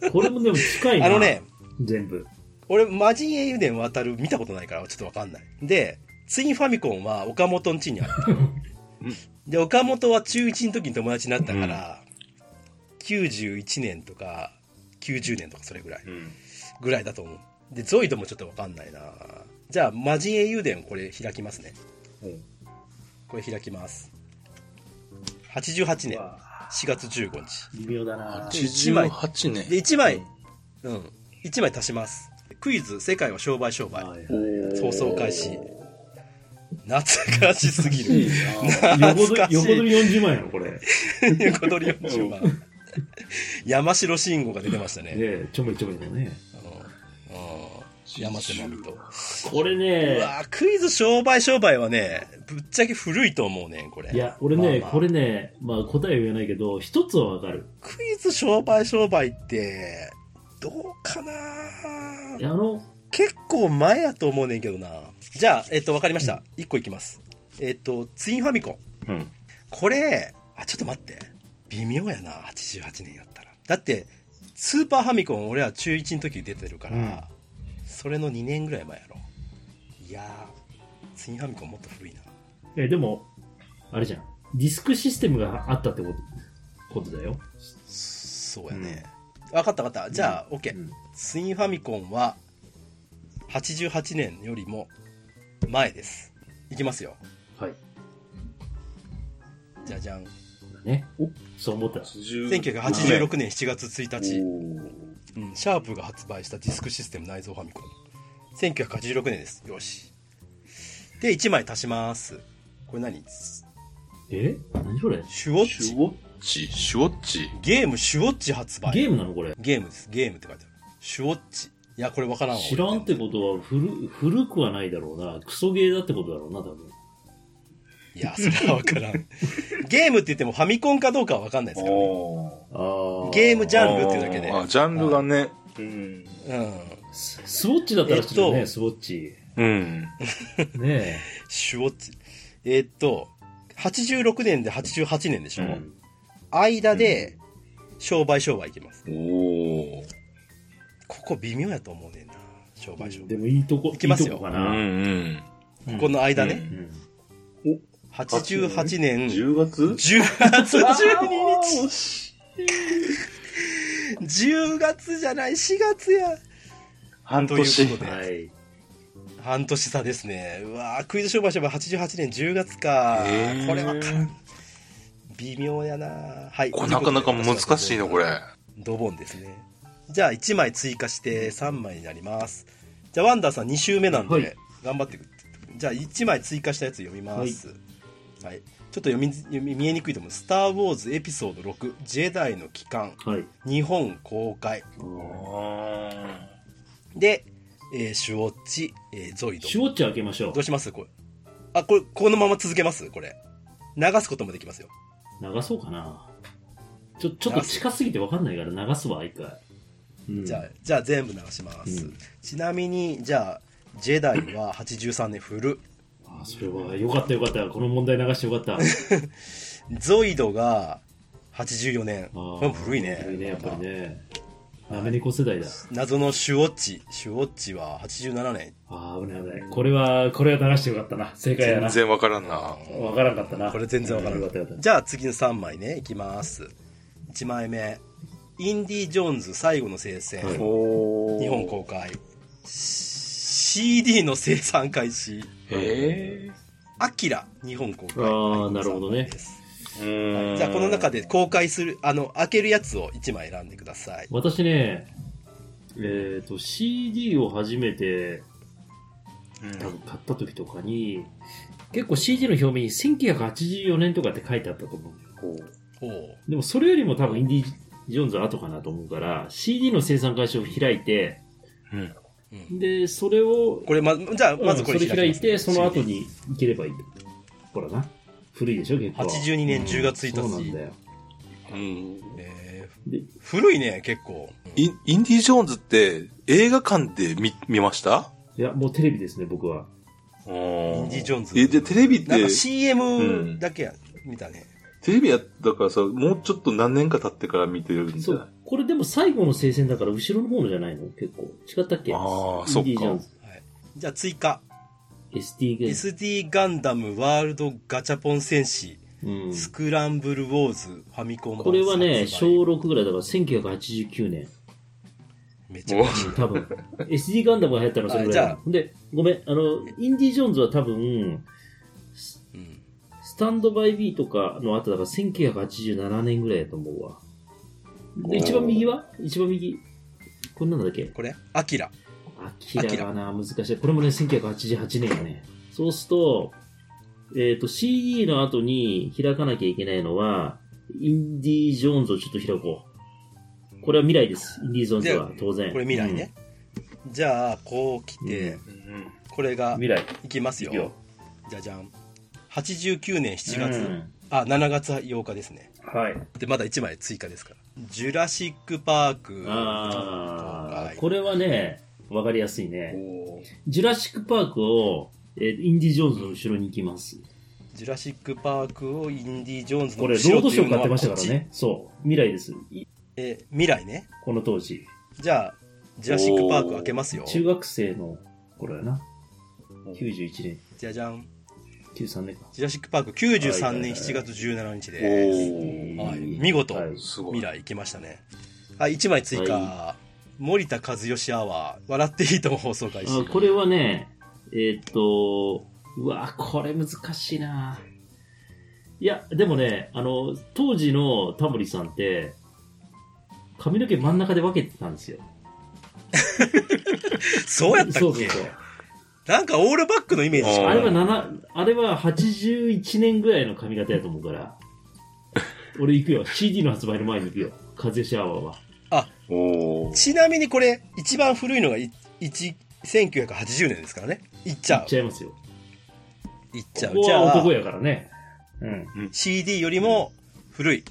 Speaker 3: ーズ。これもでも近いな。
Speaker 2: あのね、
Speaker 3: 全部。
Speaker 2: 俺、魔人英雄伝渡る見たことないからちょっとわかんない。で、ツインファミコンは岡本ん家にあった。で、岡本は中1の時に友達になったから、91年とか90年とかそれぐらい、
Speaker 4: うん。
Speaker 2: ぐらいだと思う。で、ゾイドもちょっとわかんないなじゃあ、魔人英雄伝これ開きますね。これ開きます。88年4月15日。
Speaker 3: 微妙だな。
Speaker 4: 88
Speaker 2: で、
Speaker 4: 年。
Speaker 2: 1枚、うん、1枚足します。クイズ、世界は商売商売。
Speaker 3: はい
Speaker 2: 放送開始。懐かしすぎる。
Speaker 3: 横
Speaker 2: 懐
Speaker 3: 取
Speaker 2: か
Speaker 3: り、横取
Speaker 2: し
Speaker 3: り40万やろ、これ。ね
Speaker 2: い。横取り40番。山城慎吾が出てましたね。
Speaker 3: えちょめちょめだね。
Speaker 2: うんうん山瀬まみと。
Speaker 3: これ
Speaker 2: う
Speaker 3: ね、
Speaker 2: わクイズ商売商売はね、ぶっちゃけ古いと思うねん、これ。
Speaker 3: いや、俺ね、
Speaker 2: まあまあ
Speaker 3: これね、まあ答えは言えないけど、一つはわかる。
Speaker 2: クイズ商売商売って、どうかない
Speaker 3: やあの、
Speaker 2: 結構前やと思うねんけどな。じゃあ、えっと、わかりました。1個いきます。えっと、ツインファミコン。
Speaker 4: うん。
Speaker 2: これ、あ、ちょっと待って。微妙やな、88年やったら。だって、スーパーファミコン、俺は中1の時出てるから、
Speaker 3: うん
Speaker 2: それの2年ぐらい前やろ。いやー、ツインファミコンもっと古いな。
Speaker 3: え、でも、あれじゃん。ディスクシステムがあったってこと、ことだよ。
Speaker 2: そうやね。わかったわかった。じゃあ、OK、
Speaker 3: うん
Speaker 2: ツインファミコンは、88年よりも前です。いきますよ。
Speaker 3: はい。
Speaker 2: じゃじゃん。
Speaker 3: ね。そう思った。
Speaker 2: 1986年7月1日。
Speaker 4: 年。
Speaker 2: うん、シャープが発売したディスクシステム内蔵ファミコン1986年ですよしで1枚足しますこれ何
Speaker 3: え何それ
Speaker 2: シュウォッ
Speaker 4: シュ
Speaker 2: チ
Speaker 4: ウォッチ、シュウォッチ。
Speaker 2: ゲームシュウォッチ発売
Speaker 3: ゲームなのこれ。
Speaker 2: ゲームですゲームって書いてあるシュウォッチいやこれ分からんわ
Speaker 3: 知らんってことは古、古くはないだろうな。クソゲーだってことだろうな、多分。
Speaker 2: いやそれは分からんゲームって言ってもファミコンかどうかは分かんないですから、ね、
Speaker 3: あ
Speaker 2: ゲームジャンルっていう
Speaker 4: い
Speaker 2: うだけで
Speaker 4: あ、ジャンルがね。うん。
Speaker 2: うん
Speaker 3: ススウォッチだったらしいよね、
Speaker 2: えっと
Speaker 3: スウォッチ。
Speaker 4: うん。
Speaker 3: ね
Speaker 2: シュウォッチえーっと86年で88年でしょ、
Speaker 4: うん
Speaker 2: 間で商売商売いきます
Speaker 4: おー。
Speaker 2: ここ微妙やと思うねんな商売商
Speaker 3: え。
Speaker 2: 売
Speaker 3: でもいいとこ、
Speaker 2: いきますよ
Speaker 3: いいとこか
Speaker 4: う
Speaker 3: な。
Speaker 4: ん
Speaker 3: うん
Speaker 2: この間
Speaker 3: う
Speaker 2: ね、
Speaker 3: ん
Speaker 2: 88年
Speaker 4: うん。
Speaker 2: 10
Speaker 4: 10月
Speaker 2: 月12日、
Speaker 4: 12日
Speaker 2: 10月じゃない、4月や。
Speaker 4: 半
Speaker 2: ということ
Speaker 4: 年。
Speaker 2: で、
Speaker 3: はい。
Speaker 2: 半年差ですね。うわークイズ商売商売88年10月か。
Speaker 4: へー
Speaker 2: これはか微妙やな。はい。
Speaker 4: これなかなか難しいの、これ。。
Speaker 2: ドボンですね。じゃあ1枚追加して3枚になります。じゃあワンダーさん2周目なんで、
Speaker 3: はい
Speaker 2: 頑張ってくじゃあ1枚追加したやつ読みます。はい。ちょっと読み読み見えにくいと思う。スター・ウォーズエピソード6、ジェダイの帰還、
Speaker 3: はい。
Speaker 2: 日本公開。
Speaker 4: あ
Speaker 2: で、えーシュウォッチ、えーゾイド。
Speaker 3: シュウォッチ開けましょう
Speaker 2: どう。しますこれ。あ、これ、このまま続けますこれ。流すこともできますよ。
Speaker 3: 流そうかな。ちょ、ちょっと近すぎて分かんないから流すわ、一回。うん
Speaker 2: じゃあ、じゃあ全部流します。
Speaker 3: うん
Speaker 2: ちなみに、じゃあ、ジェダイは83年フル。
Speaker 3: あ、それは、よかったよかった。この問題流してよか った。
Speaker 2: ゾイドが84年。
Speaker 3: あ
Speaker 2: これも古いね。
Speaker 3: 古いね、やっぱりね。なめ猫世代だ。
Speaker 2: 謎のシュウォッチ。シュウォッチは87年。
Speaker 3: あー危ない危ない。これは、これは流してよかったな。正解や
Speaker 4: 全
Speaker 3: な。
Speaker 4: 然わからんな。
Speaker 3: わからんかったな。
Speaker 2: これ全然わからん
Speaker 3: よかったよかった。
Speaker 2: じゃあ次の3枚ね、いきます。1枚目。インディ・ジョーンズ最後の聖戦。
Speaker 3: はい
Speaker 4: お
Speaker 2: 日本公開。し CD の生産開始。
Speaker 4: へ
Speaker 2: アキラ、日本公開。
Speaker 3: あー
Speaker 2: はい
Speaker 3: なるほどね
Speaker 2: この三枚です
Speaker 4: え。
Speaker 2: じゃあこの中
Speaker 4: で。
Speaker 2: で公開する、あの、開けるやつを1枚選んでください。
Speaker 3: 私ね、えっ、と、CD を初めて多分買った時とかに、結構 CD の表面に1984年とかって書いてあったと思う。
Speaker 2: ほう。
Speaker 3: でもそれよりも多分インディ・ジョーンズは後かなと思うから CD の生産会社を開いて
Speaker 4: うん。
Speaker 2: うん
Speaker 3: でそれを
Speaker 2: これ、ま、じゃあ、まずこれ
Speaker 3: うんそれ開い
Speaker 2: ます
Speaker 3: てその後に行ければいいほらな。古いでしょ、結構。
Speaker 2: 82年10月1日
Speaker 3: うんそうなんだよ。
Speaker 4: うん。
Speaker 2: え
Speaker 3: で
Speaker 2: ー古いね、結構。
Speaker 4: インインディ・ジョーンズって映画館で見、見ました
Speaker 3: いや、もうテレビですね、僕は。
Speaker 4: イ
Speaker 2: イ
Speaker 4: ン
Speaker 2: ンディ・ジョーンズ。
Speaker 4: え、で、テレビっ
Speaker 2: なん
Speaker 4: て
Speaker 2: か、CM だけや、見たね。
Speaker 4: テレビやったからさ、もうちょっと何年か経ってから見てるんだ
Speaker 3: そ
Speaker 4: よ
Speaker 3: う。。これでも最後の聖戦だから後ろの方のじゃないの結構。違ったっけ
Speaker 4: あー
Speaker 3: インディージョーンズ
Speaker 2: じゃあ追加。
Speaker 3: SD ゲーム。
Speaker 2: SD ガンダムワールドガチャポン戦士、
Speaker 3: うん
Speaker 2: スクランブルウォーズ、ファミコン版
Speaker 3: これはね、
Speaker 2: 発売
Speaker 3: 小6ぐらいだから1989年。
Speaker 2: めちゃくちゃ。
Speaker 3: 多分。SD ガンダムが流行ったのはそれぐらい
Speaker 2: あ
Speaker 3: だ。ほんで、ごめん、あの、インディ・ジョーンズは多分、ス
Speaker 2: うん
Speaker 3: スタンドバイビーとかの後だから1987年ぐらいだと思うわ。で、
Speaker 4: おー
Speaker 3: 一番右は一番右。これなんだっけ
Speaker 2: これアキラ。
Speaker 3: アキラがな、難しい。これもね、1988年だね。そうすると、えっ、と、CD の後に開かなきゃいけないのは、インディ・ジョーンズをちょっと開こう。これは未来です。インディ・ジョーンズは、当然。
Speaker 2: これ未来ね。じゃあ、こう来て、これ
Speaker 3: うん。
Speaker 2: が、
Speaker 3: 未来。
Speaker 2: いきます
Speaker 3: いく
Speaker 2: よ
Speaker 3: よ。
Speaker 2: じゃじゃん。89年7月、
Speaker 3: うん
Speaker 2: あ、7月8日ですね。
Speaker 3: はい。
Speaker 2: で、まだ1枚追加ですから。ジュラシック・パーク。
Speaker 3: あ
Speaker 2: は
Speaker 3: あ、
Speaker 2: い
Speaker 3: これはね、わかりやすいね。
Speaker 4: おー
Speaker 3: ジュラシック・パークを、えーインディ・ジョーンズの後ろに行きます。
Speaker 2: ジュラシック・パークをインディ・ジョーンズの
Speaker 3: これ、ロ
Speaker 2: 後ろ
Speaker 3: ード
Speaker 2: と
Speaker 3: シ
Speaker 2: い
Speaker 3: ョ
Speaker 2: う
Speaker 3: ー
Speaker 2: の
Speaker 3: 買
Speaker 2: は
Speaker 3: ってましたから
Speaker 2: こっ
Speaker 3: ね。そう。未来です。い
Speaker 2: ち。えー未来ね。
Speaker 3: この当時。
Speaker 2: じゃあ、ジュラシック・パーク開けますよ。
Speaker 3: 中学生の頃やな。91年、
Speaker 2: じゃじゃん。
Speaker 3: 93年か。
Speaker 2: ジュラシック・パーク93年7月17日です。
Speaker 4: お
Speaker 2: はい見事
Speaker 3: はい
Speaker 4: ー。すごい。
Speaker 2: 未来行きましたね。はい、1枚追加。
Speaker 3: は
Speaker 2: 森田和義アワー、笑っていいとも放送開
Speaker 3: あ
Speaker 2: 始。
Speaker 3: これはね、えーっと、うわ、これ難しいな。いや、でもね、あの、当時のタモリさんって、髪の毛真ん中で分けてたんですよ。
Speaker 2: そうやったっけ
Speaker 3: そうそうそう。
Speaker 2: なんかオールバックのイメージしか
Speaker 3: あ
Speaker 2: ない
Speaker 3: れは七あれは81年ぐらいの髪型やと思う から。俺行くよ。CD の発売の前に行くよ。風シャワーは。
Speaker 4: おー
Speaker 2: ちなみにこれ、一番古いのがい一1980年ですからね。いっち
Speaker 3: 行
Speaker 2: ゃ
Speaker 3: っちゃいますよ。
Speaker 2: う。いっちゃう。
Speaker 3: ここ
Speaker 2: じ
Speaker 3: は
Speaker 2: ゃあ
Speaker 3: 男、やからね。うん。
Speaker 2: CD よりも古い。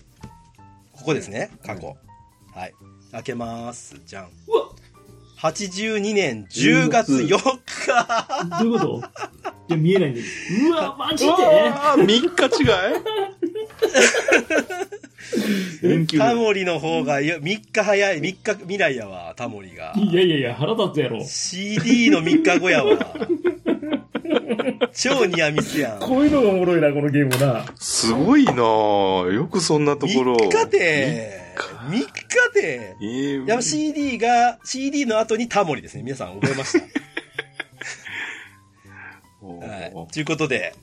Speaker 2: ここですね、過去。はい。開けます。じゃん。
Speaker 3: うわ
Speaker 2: 82年10月4日。
Speaker 3: どういう こといや、見えないんだけど。うわ、マジで
Speaker 4: あー、3日違い連休
Speaker 2: タモリの方がよ3日早い、3日未来やわ、タモリが。
Speaker 3: いやいやいや、腹立つやろ。
Speaker 2: CD の3日後や わ。超ニアミスやん。
Speaker 3: こういうのがおもろいな、このゲームな。
Speaker 4: すごいなぁ。よくそんなところ。
Speaker 2: 3日で、3日で、
Speaker 4: えー
Speaker 2: いや CD が、CD の後にタモリですね。皆さん覚えまし
Speaker 4: お
Speaker 2: た。
Speaker 4: ー
Speaker 2: はい。ということで、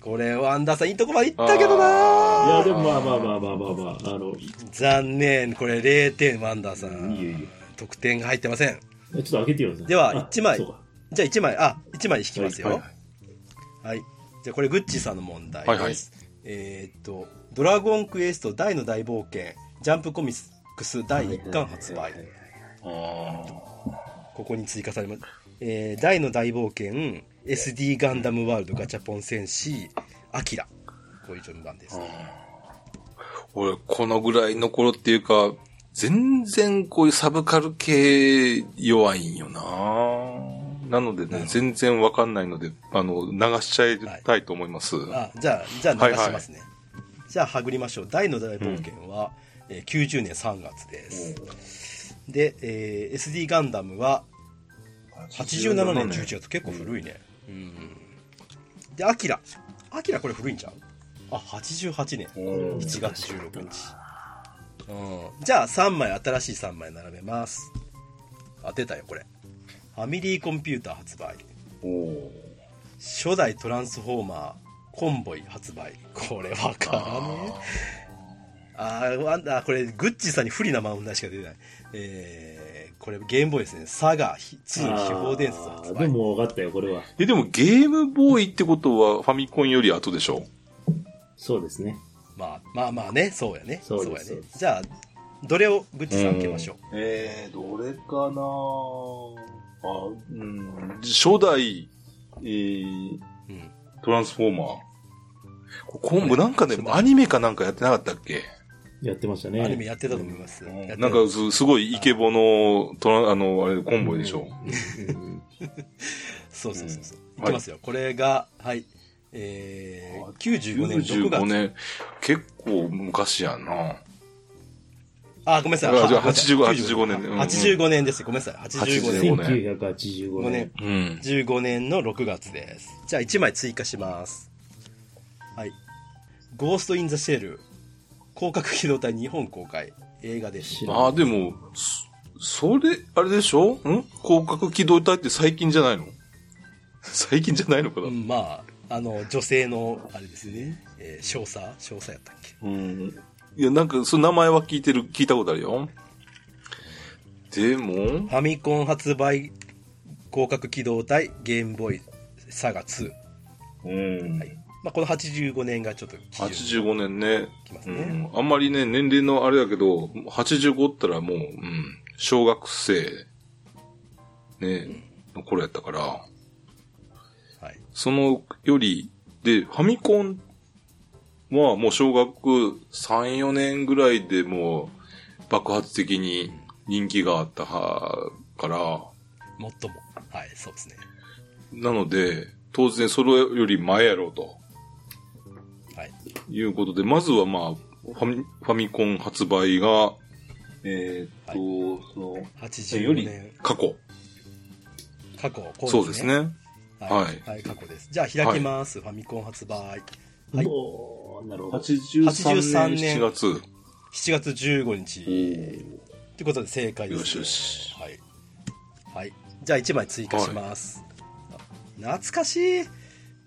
Speaker 2: これをアンダーさんいいとこまで行ったけど
Speaker 3: い
Speaker 2: な
Speaker 3: や、でもまあまあまあまあまあまあ、あの、い
Speaker 2: 残念。これ0点、アンダーさ
Speaker 3: いよ
Speaker 2: ん。
Speaker 3: いいよ。
Speaker 2: 得点が入ってません。
Speaker 3: ちょっと開けてよ。
Speaker 2: では
Speaker 3: あ
Speaker 2: 一枚
Speaker 3: そうか
Speaker 2: じゃあ1枚、あ、1枚引きますよ。
Speaker 4: は
Speaker 2: はいい。じゃあこれ、グッチさんの問題です。
Speaker 4: はいはい
Speaker 2: えーっと、ドラゴンクエスト大の大冒険、ジャンプコミックス第1巻発売。ここに追加されます。えー、大の大冒険、SD ガンダムワールドガチャポン戦士、アキラ。こういう順番です。
Speaker 4: 俺、このぐらいの頃っていうか、全然こういうサブカル系弱いんよなぁなので
Speaker 2: なる
Speaker 4: ね、
Speaker 2: ほど
Speaker 4: 全然わかんないので、あの、流しちゃいたいと思います。
Speaker 2: あ、じゃあ、じゃあ流しますね。じゃあ、はぐりましょう。大の大冒険は、えー90年3月です。で、えー SD ガンダムは87年11月。結構古いね。うん。で、アキラ。アキラこれ古いんちゃうあ、88年。1月16日。うん。じゃあ、3枚、新しい3枚並べます。あ、出たよ、これ。ファミリーコンピューター発売。初代トランスフォーマーコンボイ発売これわからねあーあんたこれグッチさんに不利な問題しか出てないえー、これゲームボーイですねサガ2秘宝伝説
Speaker 3: あ
Speaker 2: 発
Speaker 3: ーで
Speaker 2: 売
Speaker 3: も分かったよ、これは。
Speaker 4: え、でもゲームボーイってことはファミコンより後でしょ
Speaker 3: そうですね。
Speaker 2: まあまあまあねそうやね
Speaker 3: そうです
Speaker 2: やね
Speaker 3: そうです
Speaker 2: じゃあどれをグッチさん受けましょう
Speaker 4: えー、どれかなあ、うん。初代、えー、
Speaker 2: うん
Speaker 4: トランスフォーマー。今後なんかね、アニメかなんかやってなかったっけ
Speaker 3: やってましたね。
Speaker 2: アニメやってたと思います。やって
Speaker 4: な
Speaker 2: た
Speaker 4: んかす、すごいイケボの、とらあの、あれ、コンボイでしょ。
Speaker 3: うんうん
Speaker 2: そうそうそうそう。
Speaker 4: うん
Speaker 2: いきますよ。これが、はい。えー、95年6月。
Speaker 4: 95年、結構昔やな。
Speaker 2: あ、ごめんなさい。
Speaker 4: あじゃ
Speaker 2: ごめ
Speaker 4: あ
Speaker 2: んなさい
Speaker 4: 85 85年うんうん
Speaker 2: 85年です。ごめんなさい。85年。
Speaker 4: 年
Speaker 3: 1985
Speaker 2: 5
Speaker 3: 年
Speaker 2: 年。。
Speaker 4: うん。
Speaker 2: 15年の6月です。じゃあ1枚追加します。はい。ゴースト・イン・ザ・シェル。広角機動隊日本公開。映画です
Speaker 3: 知。らん
Speaker 4: ああ、でも、そそれ、あれでしょん広角機動隊って最近じゃないの最近じゃないのかな
Speaker 2: うん、まあ、あの、女性の、あれですね。えー、少佐少佐やったっけ
Speaker 4: うん。いや、なんか、その名前は聞いてる、聞いたことあるよ。でも、
Speaker 2: ファミコン発売、広角機動隊、ゲームボーイ、サガ2。
Speaker 4: うん
Speaker 2: はい。まあ、この85年がちょっと基準
Speaker 4: 85年ね。
Speaker 2: きます
Speaker 4: う
Speaker 2: ね。
Speaker 4: ん。あんまりね、年齢のあれだけど、85ったらもう、うん、小学生、ね、の頃やったから、
Speaker 2: はい。
Speaker 4: そのより、で、ファミコンはもう小学3、4年ぐらいでもう爆発的に人気があったはから、
Speaker 2: もっとも。はい、そうですね。
Speaker 4: なので、当然それより前やろうと
Speaker 2: はい。
Speaker 4: いうことで、まずはまあ、ファミファミコン発売が、えーっと、その、それよ
Speaker 2: 85
Speaker 4: り
Speaker 2: 年、
Speaker 4: 過去。
Speaker 2: 過去、こ
Speaker 4: そうです。ね。
Speaker 2: は
Speaker 4: はい
Speaker 2: い。はい、過去です。じゃあ開きます。ファミコン発売。はい
Speaker 3: おーなるほど。
Speaker 4: 83
Speaker 2: 83
Speaker 4: 年
Speaker 2: 年
Speaker 4: 7月。
Speaker 2: 7月15日。ということで正解です、ね。
Speaker 4: よしよし
Speaker 2: はい。はい。じゃあ1枚追加します。あ懐かしい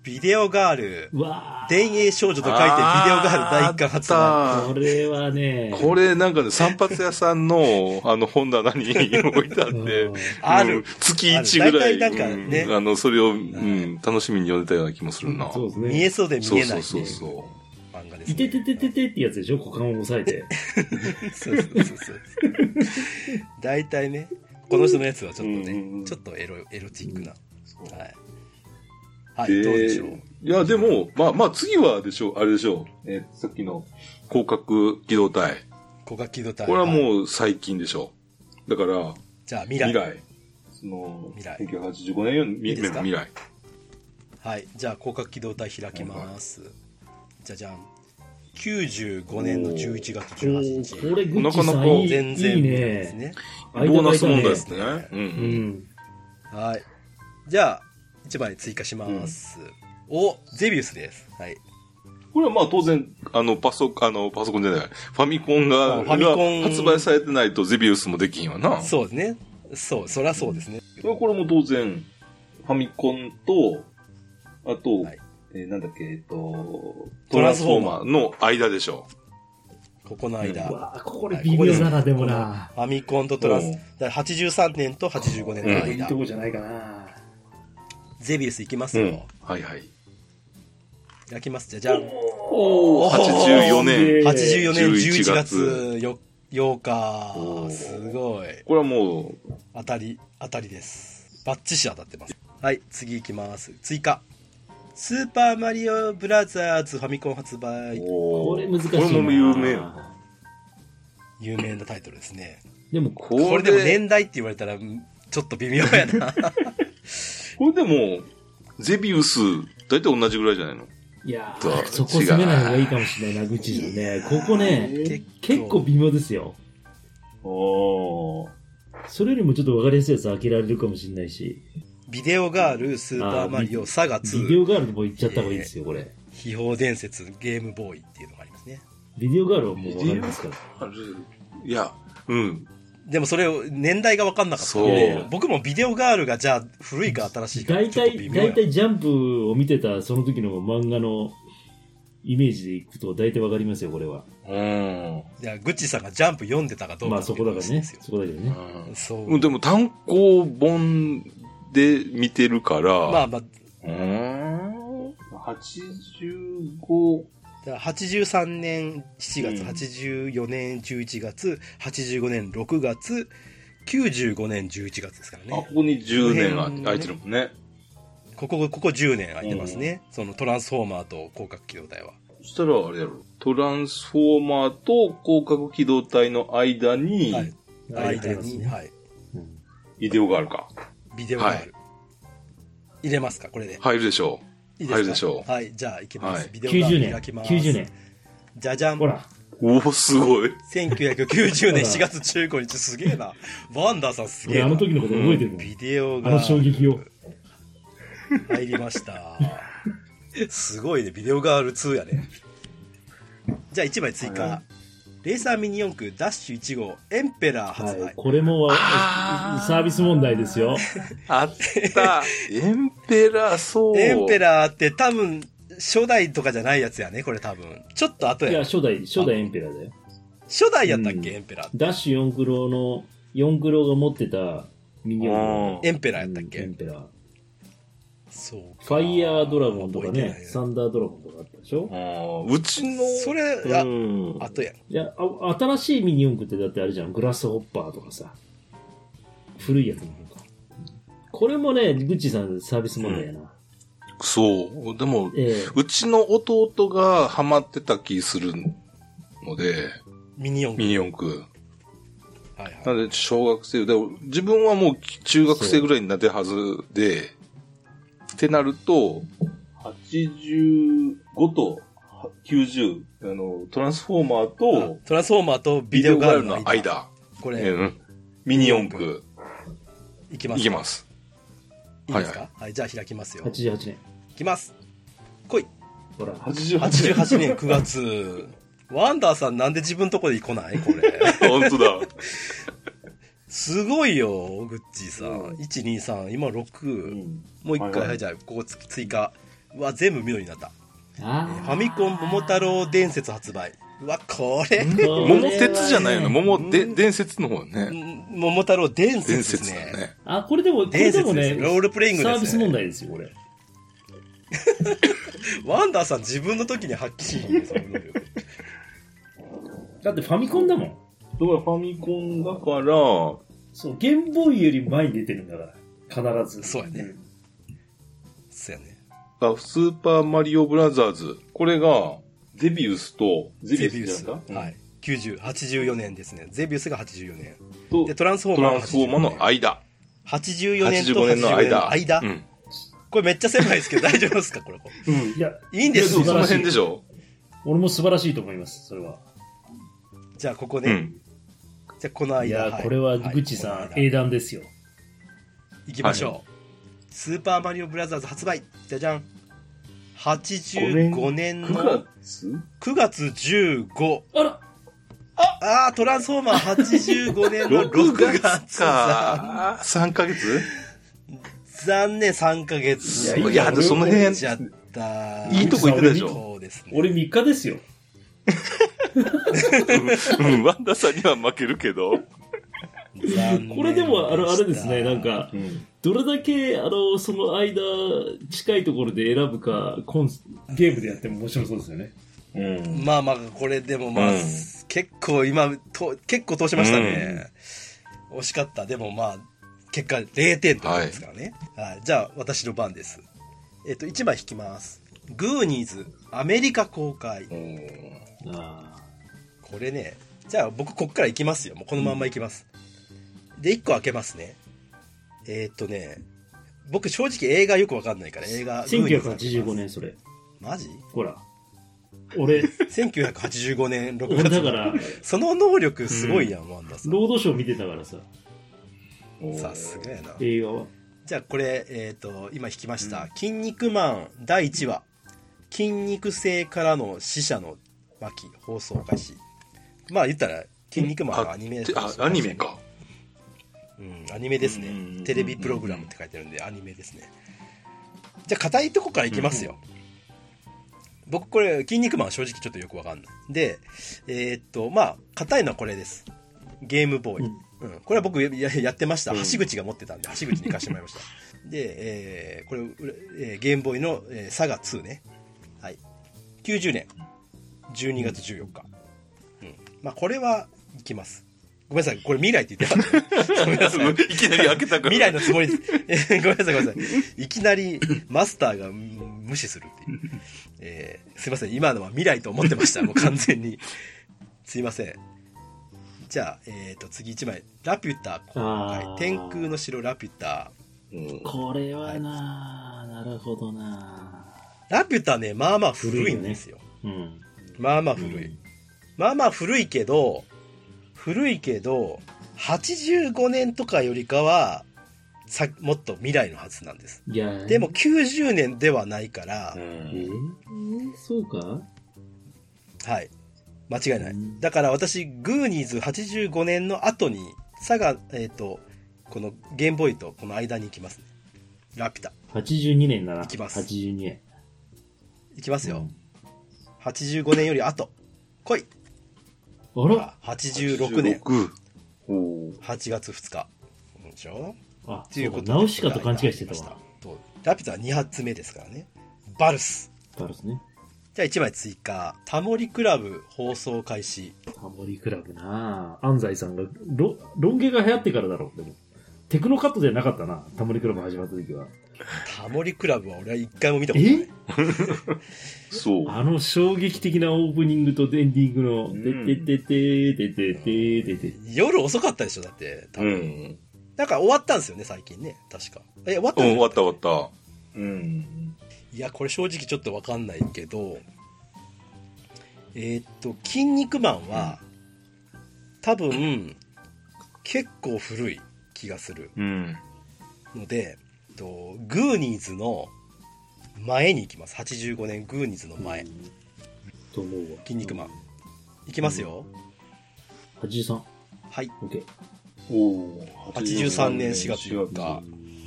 Speaker 2: ビデオガール。
Speaker 3: うわー
Speaker 2: 電影少女と書いてビデオガール第一巻発売。
Speaker 4: あった
Speaker 3: これはね、
Speaker 4: これなんかね、散髪屋さ んの、あの、本棚に置いてあって、
Speaker 3: うん
Speaker 2: ある
Speaker 4: うん月1ぐらい、
Speaker 2: ある大体なんかね
Speaker 4: うんあの、それを、うん、楽しみに読んでたような気もするな。
Speaker 3: そうです
Speaker 2: 見
Speaker 3: ね。
Speaker 2: えそうで見
Speaker 4: そう
Speaker 2: えな
Speaker 4: そ
Speaker 2: いうって
Speaker 4: そ
Speaker 2: いうう
Speaker 4: そう。
Speaker 2: 漫画です、ね。
Speaker 3: いてててててってやつでしょ股間を押さえ て。
Speaker 2: そうそうそうそう。大体ね、この人のやつはちょっと
Speaker 4: うんうん
Speaker 2: ね、ちょっとエロエロチックな。はい。はい、どうでしょう。
Speaker 4: いや、でも、まあまあ次はでしょう、あれでしょう。えーさっきの広角機動隊。
Speaker 2: 古賀キドタイ
Speaker 4: これは
Speaker 2: う。
Speaker 4: もう最近でしょう。だから、
Speaker 2: じゃあ未来。
Speaker 4: 未来。その、
Speaker 2: 未来
Speaker 4: 1985年より
Speaker 2: いいですか
Speaker 4: 未来。
Speaker 2: はい。じゃあ広角機動隊開きます。じゃじゃん。95年の11月18日。
Speaker 3: おーこれグッチ
Speaker 4: なかな
Speaker 3: さ
Speaker 4: か
Speaker 3: んいい
Speaker 2: 全
Speaker 3: いい
Speaker 2: 然見ないです
Speaker 3: ね。
Speaker 2: ね。
Speaker 4: ボ
Speaker 3: 間が空いたね
Speaker 4: ーナス問題ですね。う。
Speaker 3: うんん。
Speaker 2: はい。じゃあ、1枚追加します。お、ゼビウスです。はい。
Speaker 4: これはまあ当然、あの、パソコン、あの、パソコンじゃない。ファミコンが、
Speaker 2: うんファミコン
Speaker 4: が発売されてないとゼビウスもできひんわな。
Speaker 2: そうですね。そう、そりゃそうですね。
Speaker 4: これも当然、ファミコンと、あと、
Speaker 2: はい
Speaker 4: えーなんだっけ、えっと、ト
Speaker 2: ト
Speaker 4: ラ
Speaker 2: ラ
Speaker 4: ン
Speaker 2: ン
Speaker 4: ス
Speaker 2: ス
Speaker 4: フ
Speaker 2: フォ
Speaker 4: ォー
Speaker 2: ー
Speaker 4: マ
Speaker 2: マ
Speaker 4: ーの間でしょ
Speaker 2: ここの間。
Speaker 3: うわーこれ微妙だな、でもな。
Speaker 2: ファミコンとトラン
Speaker 4: うん
Speaker 2: ス、だから83年と85年
Speaker 4: う
Speaker 2: の
Speaker 4: ん
Speaker 3: いい
Speaker 2: 間、
Speaker 3: とこじゃないかな。
Speaker 2: ゼビウスいきます
Speaker 4: う。
Speaker 2: よ。
Speaker 4: ん。はいはい。
Speaker 2: 開きます。じゃじゃん。
Speaker 3: お
Speaker 4: 84年。
Speaker 2: 84年
Speaker 4: 11
Speaker 2: 11
Speaker 4: 月
Speaker 2: 月よ8日。すごい。
Speaker 4: これはもう、
Speaker 2: 当たり、当たりです。バッチシ当たってます。はい、次いきます。追加。スーパーマリオブラザーズファミコン発売。
Speaker 3: こ
Speaker 4: こ
Speaker 3: れ難しい
Speaker 4: こ
Speaker 3: な。
Speaker 4: れも有名。
Speaker 2: 有名なタイトルですね。
Speaker 3: でも、
Speaker 4: こ
Speaker 2: これでも年代って言われたら、んちょっと微妙や な。
Speaker 4: これでも、ゼビウス、大体同じぐらいじゃないの
Speaker 3: いや
Speaker 4: どう
Speaker 3: ー、そこ攻めない方がいいかもしれないな、グッチさんね。ここね、結構微妙ですよ。
Speaker 4: お
Speaker 3: それよりもちょっと分かりやすいやつ開けられるかもしれないし。
Speaker 2: ビデオガール、スーパーマリ
Speaker 3: あー
Speaker 2: オ、サガ
Speaker 3: ビデ
Speaker 2: 2、
Speaker 3: オガールの方行っちゃった方がいいですよ、これ。
Speaker 2: 秘宝伝説、ゲームボーイっていうのがありますね。
Speaker 3: ビデオガールはもう分かりますから。
Speaker 4: いや、うん。
Speaker 2: でもそれを年代が分かんなかったん
Speaker 4: そ
Speaker 2: で
Speaker 4: う、
Speaker 2: 僕もビデオガールがじゃあ古いか新しいか
Speaker 3: 大
Speaker 2: ちょっと微
Speaker 3: 体、
Speaker 2: 妙や
Speaker 3: 大体ジャンプを見てたその時の漫画のイメージでいくと大体分かりますよ、これは。
Speaker 4: うん。
Speaker 2: いや、グッチさんがジャンプ読んでたかどうか
Speaker 3: まあそこだからね。
Speaker 2: ですよ
Speaker 3: そこだけどね。
Speaker 2: そう。
Speaker 4: うんでも単行本で見てるから、
Speaker 2: まあまあ、
Speaker 4: うーん。85。
Speaker 2: だから83年7
Speaker 4: うん
Speaker 2: 月、84年11月、85年6月、95年11月ですから
Speaker 4: あ、こ
Speaker 2: ね。
Speaker 4: こに10年が空いてるもんね。
Speaker 2: こここ、ここ10年空いてますね。そのトランスフォーマーと広角機動隊は。
Speaker 4: そしたらあれやろ。トランスフォーマーと広角機動隊の間に、
Speaker 2: はい間に、はい。
Speaker 3: うん
Speaker 4: ビデオがあるか。
Speaker 2: ビデオがある。入れますか、これで。
Speaker 4: 入るでしょ
Speaker 2: いい
Speaker 4: 入るでしょう
Speaker 2: はい、じゃあ行きます。
Speaker 4: はい
Speaker 2: ビデオが
Speaker 3: 90年。
Speaker 2: 開きます。
Speaker 3: 90年。
Speaker 2: じゃじゃん
Speaker 3: ほ。ら。
Speaker 4: う。おお、すごい。
Speaker 2: 1990年4月15日、 すげえな。バンダーさんすげえ
Speaker 3: 俺
Speaker 2: な。
Speaker 3: あの時のこと覚えてるもん。
Speaker 2: ビデオ
Speaker 3: あ
Speaker 2: が
Speaker 3: の衝撃を。
Speaker 2: 入りました。すごいね、ビデオガール2やね。じゃあ1枚追加。レーサーミニ四駆ダッシュ1号エンペラー発
Speaker 3: は
Speaker 2: 売
Speaker 3: い。。これもわ
Speaker 4: あー
Speaker 3: サービス問題で すよ。
Speaker 4: あった。エンペラー、そう。
Speaker 2: エンペ
Speaker 4: ラ
Speaker 2: ラーって多分、初代とかじゃないやつやね、これ多分。ちょっと後
Speaker 3: いや、
Speaker 2: や。
Speaker 3: 初代、初代エンペラーだよ。
Speaker 2: 初代やったっけ、
Speaker 3: うん
Speaker 2: エンペラーって。
Speaker 3: ダッシュ4クロの、4クロが持ってたミニオン。
Speaker 2: エンペラーやったっけ、
Speaker 3: うんエンペラー。
Speaker 2: そうか
Speaker 3: ファイヤードラゴンとか
Speaker 2: 覚えて
Speaker 3: ね
Speaker 2: ない、な
Speaker 3: サンダードラゴンとかあったでしょ
Speaker 4: うちの、
Speaker 2: それ、
Speaker 4: う
Speaker 2: あ、
Speaker 4: ん。
Speaker 2: あとやん。
Speaker 3: いや、あ新しいミニ四駆ってだってあるじゃん。グラスホッパーとかさ。古いやつの方か。これもね、グッチさんサービス問題やな。
Speaker 4: そう。でも、
Speaker 3: ええ
Speaker 4: うちの弟がハマってた気するので、
Speaker 2: ミニ四
Speaker 4: ミ
Speaker 2: 駆。
Speaker 4: ニ四駆。
Speaker 2: はい
Speaker 4: な
Speaker 2: はい。
Speaker 4: ので、小学生、でも自分はもう中学生ぐらいになってはずで、ってなると、85と90、あの、トランスフォーマーと、
Speaker 2: トランスフォーマーとビ
Speaker 4: ビ
Speaker 2: デ
Speaker 4: デ
Speaker 2: オ
Speaker 4: オ
Speaker 2: ガ
Speaker 4: ガ
Speaker 2: ー
Speaker 4: ー
Speaker 2: ル
Speaker 4: ル
Speaker 2: の間。
Speaker 4: の間。
Speaker 2: こ
Speaker 4: う
Speaker 2: れ、
Speaker 4: んミニ四駆。
Speaker 2: いきま
Speaker 4: い
Speaker 2: す。
Speaker 4: きます。
Speaker 2: いいですか、はいじゃあ開きますよ。い
Speaker 3: 88年。
Speaker 2: きます。来い。
Speaker 3: ほら。
Speaker 4: 88
Speaker 2: 88年9月。ワンダーさんなんで自分とこで来ないこれ。
Speaker 4: 本当だ。
Speaker 2: すごいよ、グッチーさん。1、2、3、今6。もう一回、
Speaker 4: はいはい
Speaker 2: はいじゃあ、ここつ追加。うわ、全部緑になった。えー
Speaker 3: あ
Speaker 2: ファミコン桃太郎伝説発売。うわ、これ、
Speaker 3: ーこれはね
Speaker 4: 桃鉄じゃないよね。桃で、伝説の方ね。
Speaker 2: ん桃太郎伝説で
Speaker 4: 伝
Speaker 2: す
Speaker 4: 説
Speaker 2: ね。
Speaker 4: だね。
Speaker 3: あ、これでも、これ
Speaker 2: 伝
Speaker 3: で
Speaker 2: 説
Speaker 3: も
Speaker 2: で
Speaker 3: ね
Speaker 2: す、ロールプレイングです、
Speaker 3: サ
Speaker 2: ね。
Speaker 3: ービス問題ですよ、これ。
Speaker 2: ワンダーさん自分の時に発揮しないねその能力
Speaker 3: だってファミコンだもん。
Speaker 4: だからファミコンだから、
Speaker 3: そう、ゲームボーイより前に出てるんだから。必ず。
Speaker 2: そうやね。そうやね。
Speaker 4: あスーパーマリオブラザーズ。これが、ゼビウスと、 ゼビ
Speaker 2: ゼ
Speaker 4: ウス
Speaker 2: ビウス。
Speaker 4: だった
Speaker 2: はい。90、84年ですね。ゼビウスが84年。
Speaker 4: と
Speaker 2: で、トランスフォー
Speaker 4: ト
Speaker 2: マー
Speaker 4: ラン
Speaker 2: が
Speaker 4: スフォーマーの間。
Speaker 2: 84年と
Speaker 4: 85
Speaker 2: 85
Speaker 4: 年
Speaker 2: 年
Speaker 4: の
Speaker 2: の
Speaker 4: 間。
Speaker 2: 間。
Speaker 4: うん。
Speaker 2: これめっちゃ狭いですけど、大丈夫ですかこれ。
Speaker 3: いや、
Speaker 2: いいん
Speaker 4: い
Speaker 2: で
Speaker 4: や、
Speaker 2: す
Speaker 4: そ
Speaker 2: よ
Speaker 4: う、。そ
Speaker 3: ら
Speaker 4: の
Speaker 3: しい
Speaker 4: 辺でしょ。
Speaker 3: 俺も素晴らしいと思います、それは。
Speaker 2: じゃあ、ここ
Speaker 4: う
Speaker 2: ね。
Speaker 4: ん。
Speaker 2: じゃあ、この間。
Speaker 3: いや
Speaker 2: は
Speaker 3: ー、
Speaker 2: い
Speaker 3: これは、グッチ
Speaker 2: は
Speaker 3: さ
Speaker 2: い
Speaker 3: ん、英断ですよ。
Speaker 2: 行きましょう、スーパーマリオブラザーズ発売じゃじゃん85年の
Speaker 4: 9月
Speaker 2: 9月15
Speaker 3: あら
Speaker 2: ああトランスフォーマー85年の6
Speaker 4: ?6 月
Speaker 2: 月
Speaker 4: か。3ヶ月
Speaker 2: 残念3ヶ
Speaker 4: い
Speaker 2: 月
Speaker 4: やいやでその辺
Speaker 2: やっちゃった
Speaker 4: いいとこ行ってたでしょ。
Speaker 2: そうですね
Speaker 3: 俺3日ですよ。
Speaker 4: うん、ワンダさんには負けるけど。
Speaker 2: 残念した
Speaker 3: これでも、あの、あれですね、なんか、どれだけ、あの、その間、近いところで選ぶか、コンゲームでやっても面白そうですよね。
Speaker 4: うん。
Speaker 2: まあまあこれでもまあ、
Speaker 4: うん
Speaker 2: 結構今と結構通しましたね、惜しかったでもまあ結果0点ということですからね、はいじゃあ私の番ですえっと1枚引きますグーニーズアメリカ公開
Speaker 3: あ
Speaker 2: これねじゃあ僕こっから行きますよもうこのまんま行きます、で1個開けますねえっとね僕正直映画よくわかんないから映画
Speaker 3: あ。
Speaker 2: グーニーズ開けます
Speaker 3: 1985年、それ。
Speaker 2: マジ
Speaker 3: ほら。俺、
Speaker 2: 1985年6
Speaker 3: 俺
Speaker 2: 月
Speaker 3: だから、
Speaker 2: その能力すごいやん、ワンダさん
Speaker 3: ロードショー見てたからさ、
Speaker 2: さすがやな。
Speaker 3: 映画は。
Speaker 2: じゃあこれ、えっ、と、今引きました。筋肉マン第1話。筋肉性からの死者の巻放送開始。まあ言ったら、筋肉マンがアニメ
Speaker 4: あ、あアニメ。か。
Speaker 2: うん、アニメです
Speaker 4: うんうんう
Speaker 2: ね
Speaker 4: ん。
Speaker 2: テレビプログラムって書いてるんで、アニメですね。じゃあ硬いとこからいきますよ。僕これ、筋肉マン正直ちょっとよくわかんない。で、えっ、と、まあ、硬いのはこれです。ゲームボーイ。うん、これは僕やややってました、
Speaker 4: うん
Speaker 2: 橋口が持ってたんで橋口に行かしてもらい ましたで、えーこれ、えーゲームボーイの、えーサガ2ね、はい、90年12月14日、うんまあ、これはいきますごめんなさい、これ未来って言ってなか ったごめんなさい。
Speaker 4: いきなり開けたから。
Speaker 2: 未来のつもりで ごめんなさい、ごめんなさい。いきなりマスターがうん無視するっていう。えーすいません、今のは未来と思ってました、もう完全に。すいません。じゃあ、えっ、と、次1枚。ラピュタ今
Speaker 3: あー
Speaker 2: 回。天空の城ラピュタ。
Speaker 4: うん
Speaker 3: これはな、なるほどな。
Speaker 2: ラピュタね、まあまあ古いんですよ。
Speaker 3: うん。
Speaker 2: まあまあ古い。まあまあ古いけど、古いけど、85年とかよりかは、さもっと未来のはずなんです。
Speaker 3: いや、
Speaker 2: でも、90年ではないから
Speaker 4: う、
Speaker 3: え
Speaker 4: ん
Speaker 3: ー、そうか
Speaker 2: はい。間違いな
Speaker 3: う
Speaker 2: い
Speaker 3: ん。
Speaker 2: だから私、グーニーズ85年の後に、サガ、えっ、と、このゲームボーイとこの間に行きますね。ラピュタ。
Speaker 3: ?82 年だな。
Speaker 2: いきます
Speaker 3: 82年。
Speaker 2: 行きますよ。
Speaker 3: う
Speaker 2: 85年より後。来い。
Speaker 3: んあら
Speaker 2: あ86年
Speaker 4: 86おー
Speaker 2: 8月2日。うんでしょ
Speaker 3: あ、
Speaker 2: という
Speaker 3: そ
Speaker 2: こ
Speaker 3: うか
Speaker 2: とで
Speaker 3: ナウシカと勘違いしてたわ。。
Speaker 2: そうラピュタは2発目ですからね。バルス。
Speaker 3: バルスね。
Speaker 2: じゃあ1枚追加。タモリクラブ放送開始。
Speaker 3: タモリクラブな安西さんが、ロロン毛が流行ってからだろう、でも。テクノカットじゃなかったな、タモリクラブ始まった時は。
Speaker 2: タモリクラブは俺は一回も見たことない
Speaker 3: え。
Speaker 4: そう。
Speaker 3: あの衝撃的なオープニングとエンディングの、
Speaker 4: うん
Speaker 3: でてててててててて。
Speaker 2: 夜遅かったでしょだって。多
Speaker 4: う
Speaker 2: 分
Speaker 4: ん。
Speaker 2: なんか終わったんですよね、最近ね。確か。え、終わっ
Speaker 4: う
Speaker 2: た
Speaker 4: ん、終わ
Speaker 2: の
Speaker 4: った終わった。うん。
Speaker 2: いや、これ正直ちょっとわかんないけど、えーっと、筋肉マンは、多分、結構古い気がする
Speaker 4: うん。
Speaker 2: ので、えっとグーニーズの前に行きます。85年グーニーズの前。
Speaker 3: と思うわ。
Speaker 2: 筋肉マン。行きますよ。
Speaker 3: 83。
Speaker 2: はい。
Speaker 3: OK。
Speaker 4: おー
Speaker 2: 83年4月4日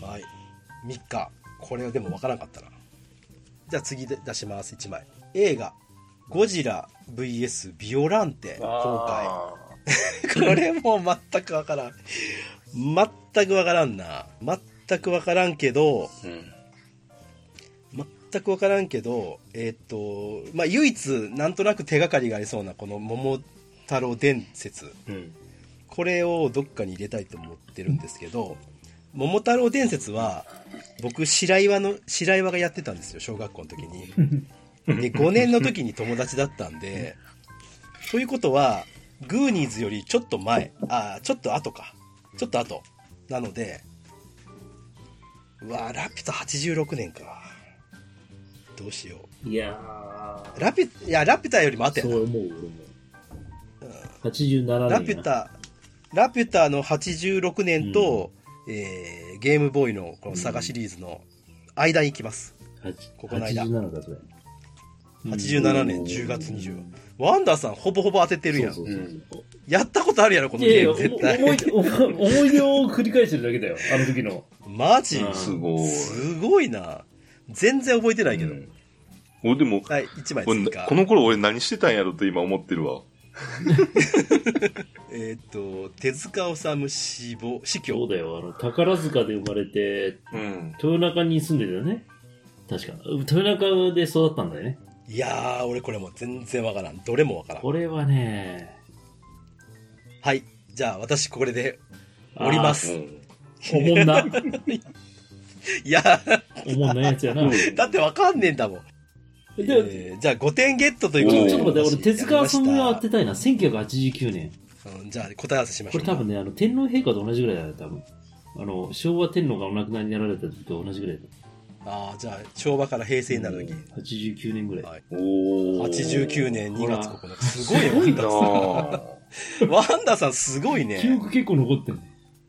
Speaker 4: うん
Speaker 2: はい。3日。これはでもわからなかったな。じゃあ次で出します、1枚。映画、ゴジラ VS ビオランテ公開。
Speaker 4: あ
Speaker 2: これもう全くわからん。全くわからんな。全くわからんけど、
Speaker 4: ー
Speaker 2: 全くわからんけど、えーっ、と、まあ、唯一なんとなく手がかりがありそうなこの桃太郎伝説。
Speaker 4: うん。
Speaker 2: これをどっかに入れたいと思ってるんですけど、桃太郎伝説は、僕、白岩の、白岩がやってたんですよ、小学校の時に。で、5年の時に友達だったんで、ということは、グーニーズよりちょっと前、あーちょっと後か。ちょっと後。なので、うわーラピュタ86年か。どうしよ
Speaker 3: いや
Speaker 2: う。ラピュ、いや、ラピュタよりも後や
Speaker 3: ー、
Speaker 2: な
Speaker 3: そう思う、俺も。87年やな。
Speaker 2: ラピュタ、ラピュタの86年と、えーゲームボーイのこのサガシリーズの間に行きます。
Speaker 3: 8
Speaker 2: ここの間
Speaker 3: 87だ、それ。
Speaker 2: 87年10月20ワンダーさんほぼほぼ当ててるやん。
Speaker 3: そうそうそうそう
Speaker 2: やったことあるやろ、この
Speaker 3: いや
Speaker 2: ゲー
Speaker 3: いや、
Speaker 2: ム絶対。
Speaker 3: 思い出、思い出を繰り返してるだけだよ、あの時の。
Speaker 2: マジ
Speaker 3: うん
Speaker 4: すごい。
Speaker 2: すごいな。全然覚えてないけど。
Speaker 4: うん俺でも、
Speaker 2: はい、1枚
Speaker 4: 俺
Speaker 2: 追
Speaker 4: な
Speaker 2: 加
Speaker 4: こ。の頃俺何してたんやろと今思ってるわ。
Speaker 2: えーっ、と、手塚治虫死亡、死去
Speaker 3: そう。だよ、あの、宝塚で生まれて、
Speaker 4: うん。
Speaker 3: 豊中に住んでたよね。確か。豊中で育ったんだよね。
Speaker 2: いやー、俺これもう全然わからん。どれもわからん。
Speaker 3: これはね、
Speaker 2: はい。じゃあ、私これで降ります。
Speaker 3: あー。おもん な、
Speaker 2: いやー、
Speaker 3: おもんなやつやな。ち
Speaker 2: だってわかんねえんだもん。
Speaker 3: ょち
Speaker 2: えーじゃあ5点ゲットということ
Speaker 4: お
Speaker 2: で。
Speaker 4: ー
Speaker 3: ょっと待って、俺、手塚治虫は当て
Speaker 2: て。
Speaker 3: たいな。1989年。
Speaker 2: うんじゃあ答え合わせしまし
Speaker 3: こ
Speaker 2: ょう。
Speaker 3: れ多分ね、あの、天皇陛下と同じぐらいだよ、多分。あの、昭和天皇がお亡くなりになられた時と同じぐらいだよ。
Speaker 2: ああ、じゃあ昭和から平成になる時。
Speaker 3: 89年ぐらい。
Speaker 2: はい
Speaker 4: おー
Speaker 2: 89年2月9日。すごい
Speaker 3: すごい
Speaker 4: な
Speaker 2: よ、
Speaker 4: あ
Speaker 2: ワンダさん。ワンダさんすごい
Speaker 3: 記
Speaker 2: ね。
Speaker 3: 憶結構残ってんね。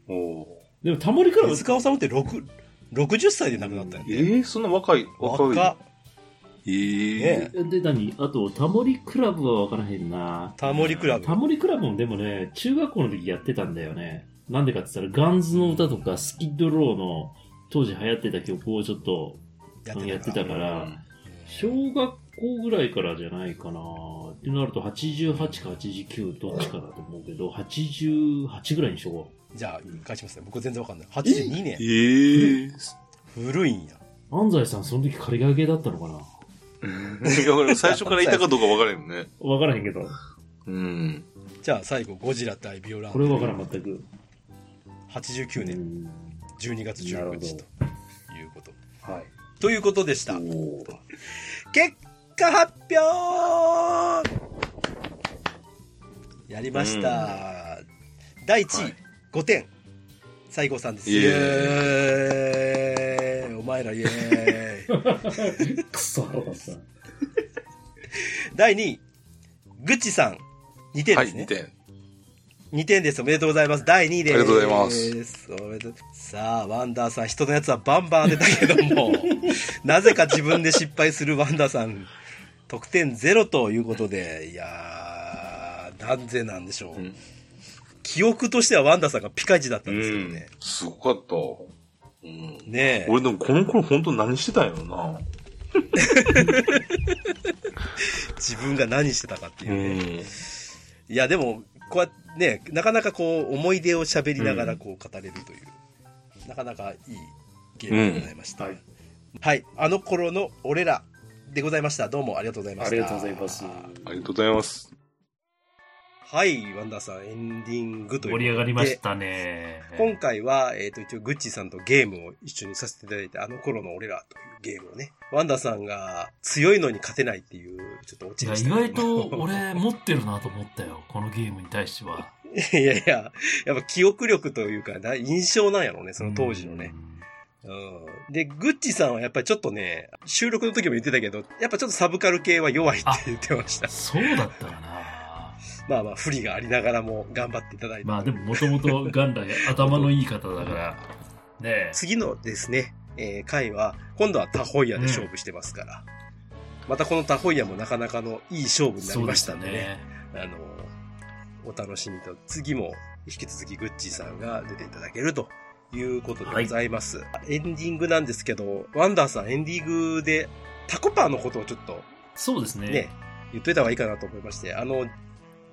Speaker 4: おー
Speaker 3: でも、タモリクラブ
Speaker 2: 手、塚治虫って6 60歳で亡くなったん
Speaker 4: え
Speaker 2: で。
Speaker 4: ー、そんな若い、若い。
Speaker 2: 若っ
Speaker 4: え
Speaker 2: ね
Speaker 4: ー、
Speaker 3: で、何あと、タモリクラブは分からへんな。
Speaker 2: タモリクラブ
Speaker 3: タ。モリクラブもでもね、中学校の時やってたんだよね。なんでかって言ったら、ガンズの歌とか、スキッドローの当時流行ってた曲をちょっと
Speaker 2: や
Speaker 3: やってた
Speaker 2: か
Speaker 3: からら、小学校ぐらいからじゃないかなってなると、88か89どっちかだと思うけど、88ぐらいにしよ
Speaker 2: じゃあ、返しますね。僕全然わかんない。82
Speaker 4: え
Speaker 2: 年。
Speaker 4: ー、
Speaker 2: 古いんや。
Speaker 3: う。安西さん、その時仮掛けだったのかない
Speaker 4: や俺最初からいたかどうか分からへんね。
Speaker 3: 分からへんけど。
Speaker 4: うん。
Speaker 2: じゃあ最後、ゴジラ対ビオラン
Speaker 5: これわからん、全く。
Speaker 2: 89
Speaker 5: う
Speaker 2: 年
Speaker 5: ん
Speaker 2: 12月
Speaker 5: な
Speaker 2: 16
Speaker 5: るほ
Speaker 2: 日
Speaker 5: ど
Speaker 2: ということ。
Speaker 5: はい。
Speaker 2: ということでした。
Speaker 5: おー
Speaker 2: 結果発表やりました、第1位、
Speaker 4: はい
Speaker 2: 5点西郷さんです
Speaker 4: イ
Speaker 2: イ
Speaker 4: エ
Speaker 2: エーイお前らイエ ーイ
Speaker 5: くそ腹立つな
Speaker 2: 第2位ぐっちさん2点
Speaker 4: は
Speaker 2: で
Speaker 4: い、
Speaker 2: すね、
Speaker 4: 2点。
Speaker 2: 2点ですおめでとうございます第2位です
Speaker 4: ありがとうございます
Speaker 2: おめでとうさあワンダーさん人のやつはバンバン当てたけど もなぜか自分で失敗するワンダーさん得点ゼロということでいやー何ぜなんでしょう、
Speaker 4: うん
Speaker 2: 記憶としてはワンダーさんがピカイチだったんですけどね、
Speaker 4: すごかった。
Speaker 2: ねえ
Speaker 4: 俺でもこの頃本当何してたんやろな。
Speaker 2: 自分が何してたかっていう
Speaker 4: う
Speaker 2: ね、
Speaker 4: ん。
Speaker 2: いやでもこうやってねなかなかこう思い出を喋りながらこう語れるという、なかなかいいゲームでございまし
Speaker 5: う
Speaker 2: た、
Speaker 5: ん
Speaker 2: は
Speaker 5: はい
Speaker 2: い、あの頃の俺らでございましたどうもありがとうございました
Speaker 5: ありがとうございます。
Speaker 4: ありがとうございます。
Speaker 2: はいワンダーさんエンディングという
Speaker 3: 盛り上がりましたね。
Speaker 2: 今回は、えっ、と、一応、グッチーさんとゲームを一緒にさせていただいて、あの頃の俺らというゲームをね、ワンダーさんが強いのに勝てないっていう、ちょっと落
Speaker 3: い
Speaker 2: ち
Speaker 3: や
Speaker 2: まし
Speaker 3: 意
Speaker 2: たけど
Speaker 3: 外と俺持ってるなと思ったよ。このゲームに対しては。
Speaker 2: いやいや、やっぱ記憶力というか、な印象なんやろうね、その当時のね。うん。で、グッチさんはやっぱりちょっとね、収録の時も言ってたけど、やっぱちょっとサブカル系は弱いって言ってまし
Speaker 3: う
Speaker 2: た
Speaker 3: ん。。そうだったかな。
Speaker 2: まあまあ、不利がありながらも頑張っていただいて。
Speaker 3: まあでももともと元来頭のいい方だから。ねえ。
Speaker 2: 次のですね、えー回は、今度はタホイヤで勝負してますから。またこのタホイヤもなかなかのいい勝負になりましたんでね。あの、お楽しみと、次も引き続きグッチーさんが出ていただけるということでございます。エンディングなんですけど、ワンダーさんエンディングでタコパーのことをちょっと
Speaker 3: そうですね。
Speaker 2: ね、言っといた方がいいかなと思いまして、あの、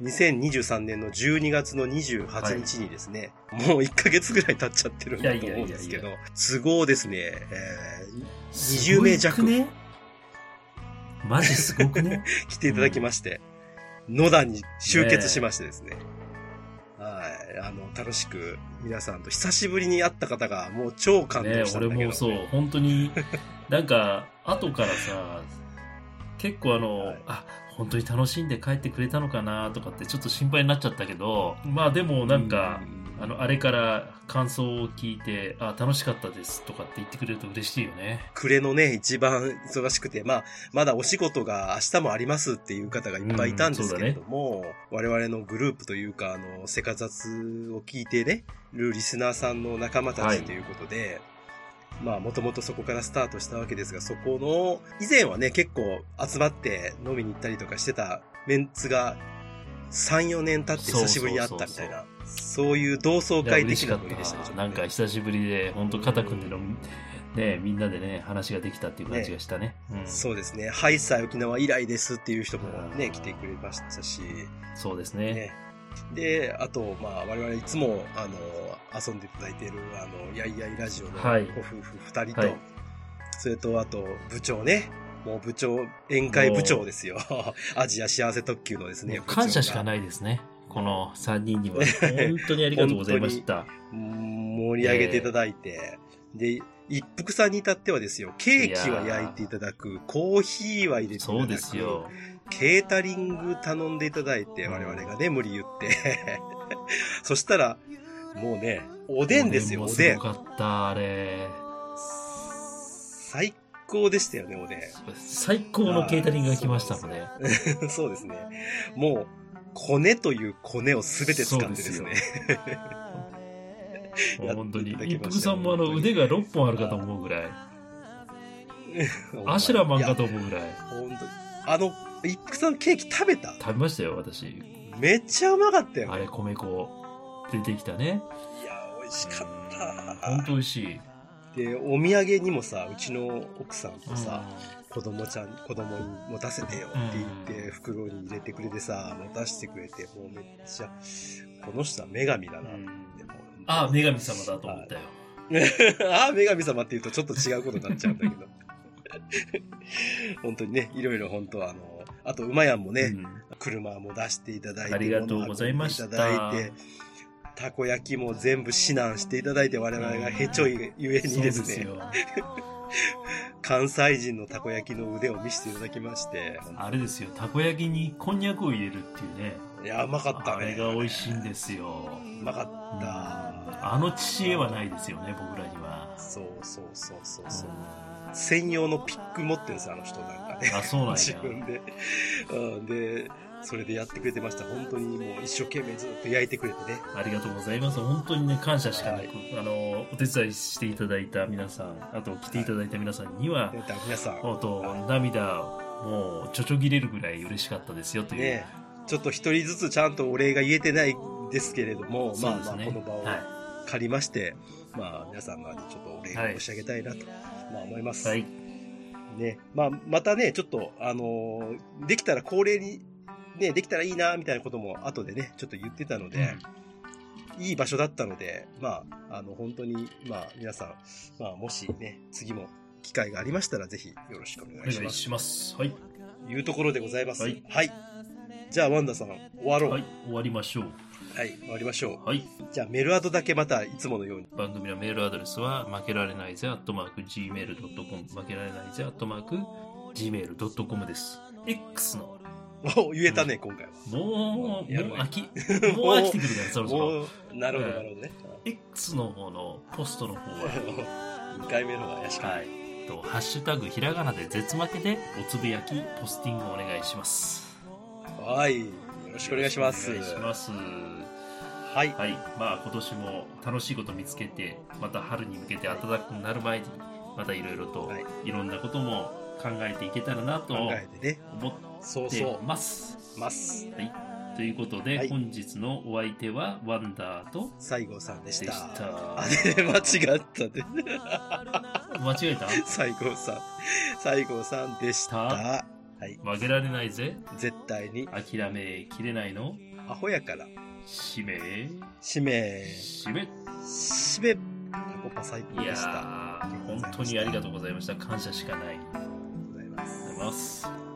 Speaker 2: 2023年の12月の28日にですね、もう1ヶ月ぐらい経っちゃってるんだと思うんですけど、都合ですね、え
Speaker 3: すごいくね。マジすごくね。
Speaker 2: ー来ていただきまして、野田に集結しましてですね、はい、あの、楽しく皆さんと久しぶりに会った方がもう超感
Speaker 3: ね
Speaker 2: 動したんだけ
Speaker 3: 俺
Speaker 2: ど、
Speaker 3: もそう、本当に、なんか、後からさ、結構あの、
Speaker 2: はい
Speaker 3: あ、本当に楽しんで帰ってくれたのかなとかってちょっと心配になっちゃったけど、まあでもなんか、あの、あれから感想を聞いて、あ、楽しかったですとかって言ってくれると嬉しいよね。
Speaker 2: 暮れのね、一番忙しくて、まあ、まだお仕事が明日もありますっていう方がいっぱいいたんですけれども、我々のグループというか、あの、せかざつを聞いてね、るリスナーさんの仲間た
Speaker 3: は
Speaker 2: ち
Speaker 3: い
Speaker 2: ということで、まあ、もともとそこからスタートしたわけですが、そこの、以前はね、結構集まって飲みに行ったりとかしてたメンツが、3、4年経って久しぶりに会ったみたいな、そういう同窓
Speaker 3: いや
Speaker 2: 会
Speaker 3: 嬉
Speaker 2: 的
Speaker 3: しか
Speaker 2: な
Speaker 3: っ
Speaker 2: ノリでしたねちょっ
Speaker 3: た。
Speaker 2: とね
Speaker 3: なんか久しぶりで、本当肩組んでの、ね、みんなでね、話ができたっていう感じがしたね。うん
Speaker 2: そうですね。ハイサイ沖縄以来ですっていう人も
Speaker 3: う
Speaker 2: ね、
Speaker 3: ん
Speaker 2: 来てくれましたし、
Speaker 3: そうですね。
Speaker 2: ね。で、あと、まあ、我々いつも、あの、遊んでいただいている、あの、やいやいラジオの
Speaker 3: はい
Speaker 2: ご夫婦二人と、
Speaker 3: はい
Speaker 2: それと、あと、部長ね。もう部長、宴会部長です よ。アジア幸せ特急のですね。
Speaker 3: もう感謝しか
Speaker 2: い。
Speaker 3: ないですね。この3 人には。本当にありがとうございました。
Speaker 2: うん盛り上げていただいて、で、一服さんに至ってはですよ、ケーキは焼いていただく、コーヒーは入れていただく。
Speaker 3: そうですよ。
Speaker 2: ケータリング頼んでいただいて、我々がね、無理言って。 そしたら、もうね、おでんですよ、お
Speaker 3: お
Speaker 2: で
Speaker 3: で
Speaker 2: ん
Speaker 3: んも。すごかった、あれ。
Speaker 2: 最高でしたよね、おで
Speaker 3: 最高のケータリングが来ましたもんね。
Speaker 2: ん。 そうですね。もう、コネというコネをすべて使ってですね。
Speaker 3: もう本当に。
Speaker 2: やってい
Speaker 3: 一
Speaker 2: ただきましたよ
Speaker 3: 服さんもあ
Speaker 2: 本
Speaker 3: の
Speaker 2: 当に
Speaker 3: 腕が6本あるかと思うぐらい。 アシュラマンかと思うぐらい。
Speaker 2: 本当に。あの、一服さんケーキ食べた
Speaker 3: 食べましたよ、私。
Speaker 2: めっちゃうまかったよ。
Speaker 3: あれ、米粉出てきたね。
Speaker 2: いや、美味しかった。
Speaker 3: 本当美味しい。
Speaker 2: で、お土産にもさ、うちの奥さん
Speaker 3: う
Speaker 2: と
Speaker 3: ん
Speaker 2: さ、子供ちゃん、子供に持たせてよって言って、袋に入れてくれてさ、持たせてくれて、もうめっちゃ、この人は女神だなって。もう
Speaker 3: あ、女神様だと思ったよ。
Speaker 2: ああ、女神様って言うと ちょっと違うことになっちゃうんだけど。本当にね、いろいろ本当あの、あと、馬やんもね、
Speaker 3: うん
Speaker 2: 車も出していただいて、
Speaker 3: ありがとうございました
Speaker 2: 物運んでいただいて、たこ焼きも全部指南していただいて、我々がへちょいゆえにです
Speaker 3: そう
Speaker 2: ね、
Speaker 3: よ
Speaker 2: 関西人のたこ焼きの腕を見せていただきまして、
Speaker 3: あれですよたこ焼きにこんにゃくを入れるっていうね
Speaker 2: いや、うまかった
Speaker 3: あ
Speaker 2: ね。
Speaker 3: れが美味しいんですよ
Speaker 2: うまかった。
Speaker 3: あの知恵はないですよね僕らには
Speaker 2: そうそうそうそうそう。専用のピック持ってるんですよ、あの人なんかね。
Speaker 3: あそうなんや
Speaker 2: 自分で。うん、で、それでやってくれてました。本当にもう一生懸命ずっと焼いてくれてね。
Speaker 3: ありがとうございます。本当にね、感謝しかなく、あの、お手伝いしていただいた皆さん、あと来ていただいた皆さんには、
Speaker 2: ね皆さん、
Speaker 3: 本当涙をもうちょちょぎれるぐらい嬉しかったですよという。
Speaker 2: ね、ちょっと一人ずつちゃんとお礼が言えてないですけれども、
Speaker 3: そう
Speaker 2: まあ
Speaker 3: です
Speaker 2: まあ
Speaker 3: ね
Speaker 2: この場を
Speaker 3: は
Speaker 2: 借りまして、まあ皆様にちょっとお礼を申し上げたいなと、まあ思います。
Speaker 3: い。はい。
Speaker 2: ね、まあまたね、ちょっと、あのーできたら恒例に、ね、できたらいいな、みたいなことも後でね、ちょっと言ってたので、いい場所だったので、まあ、あの、本当に、まあ、皆さん、まあ、もしね、次も機会がありましたら、ぜひよろしくお
Speaker 3: お
Speaker 2: 願いし
Speaker 3: 願
Speaker 2: ま
Speaker 3: い
Speaker 2: す。
Speaker 3: します。はい。
Speaker 2: というところでございます。は
Speaker 3: はいい。
Speaker 2: じゃあ、ワンダさん、終わろう。
Speaker 3: は
Speaker 2: はい
Speaker 3: い。。終わりましょう。
Speaker 2: 終わりましょ
Speaker 3: はい。
Speaker 2: う。じゃあ、メールアドだけまた、いつものように。
Speaker 3: 番組のメールアドレスは、負けられないぜ、アットマーク、gmail.com、負けられないぜ、アットマーク、gmail.com です。X の、
Speaker 2: お言えたね、今回は。
Speaker 3: もう、もう
Speaker 2: やるわ
Speaker 3: 飽き、もう飽きてくるね、そろそろ。
Speaker 2: おーなるほど、なるほどね。
Speaker 3: X の方のポストの方は、
Speaker 2: 2回目の方が怪しかった。
Speaker 3: はい。と、ハッシュタグひらがなで絶負けで、おつぶやき、ポスティングお願いします。
Speaker 2: はい。よろしくお願いします。
Speaker 3: お願いします。
Speaker 2: はい。
Speaker 3: はい。まあ、今年も楽しいこと見つけて、また春に向けて暖かくなる前に、またいろいろと、
Speaker 2: はい
Speaker 3: い、ろんなことも考えていけたらな
Speaker 2: 考
Speaker 3: と思
Speaker 2: えてね。
Speaker 3: っ
Speaker 2: そう
Speaker 3: て
Speaker 2: そ
Speaker 3: ます。
Speaker 2: う。ます。
Speaker 3: ということで、
Speaker 2: はい
Speaker 3: 本日のお相手は、ワンダーと、
Speaker 2: 西郷さんでし。
Speaker 3: でしたた。
Speaker 2: あれ、 間違ったね。
Speaker 3: 間違えた
Speaker 2: 西郷さん。西郷さんでした。
Speaker 3: た
Speaker 2: はい。
Speaker 3: 曲げられないぜ。
Speaker 2: 絶対に、
Speaker 3: 諦めきれないの。
Speaker 2: アホやから、
Speaker 3: 使命。
Speaker 2: 使命、
Speaker 3: 締め
Speaker 2: しべ、タコパ最高
Speaker 3: いや
Speaker 2: でした。
Speaker 3: ー本当にありがとうございました。感謝しかない。ありがと
Speaker 2: ありがとうございます。
Speaker 3: うございます。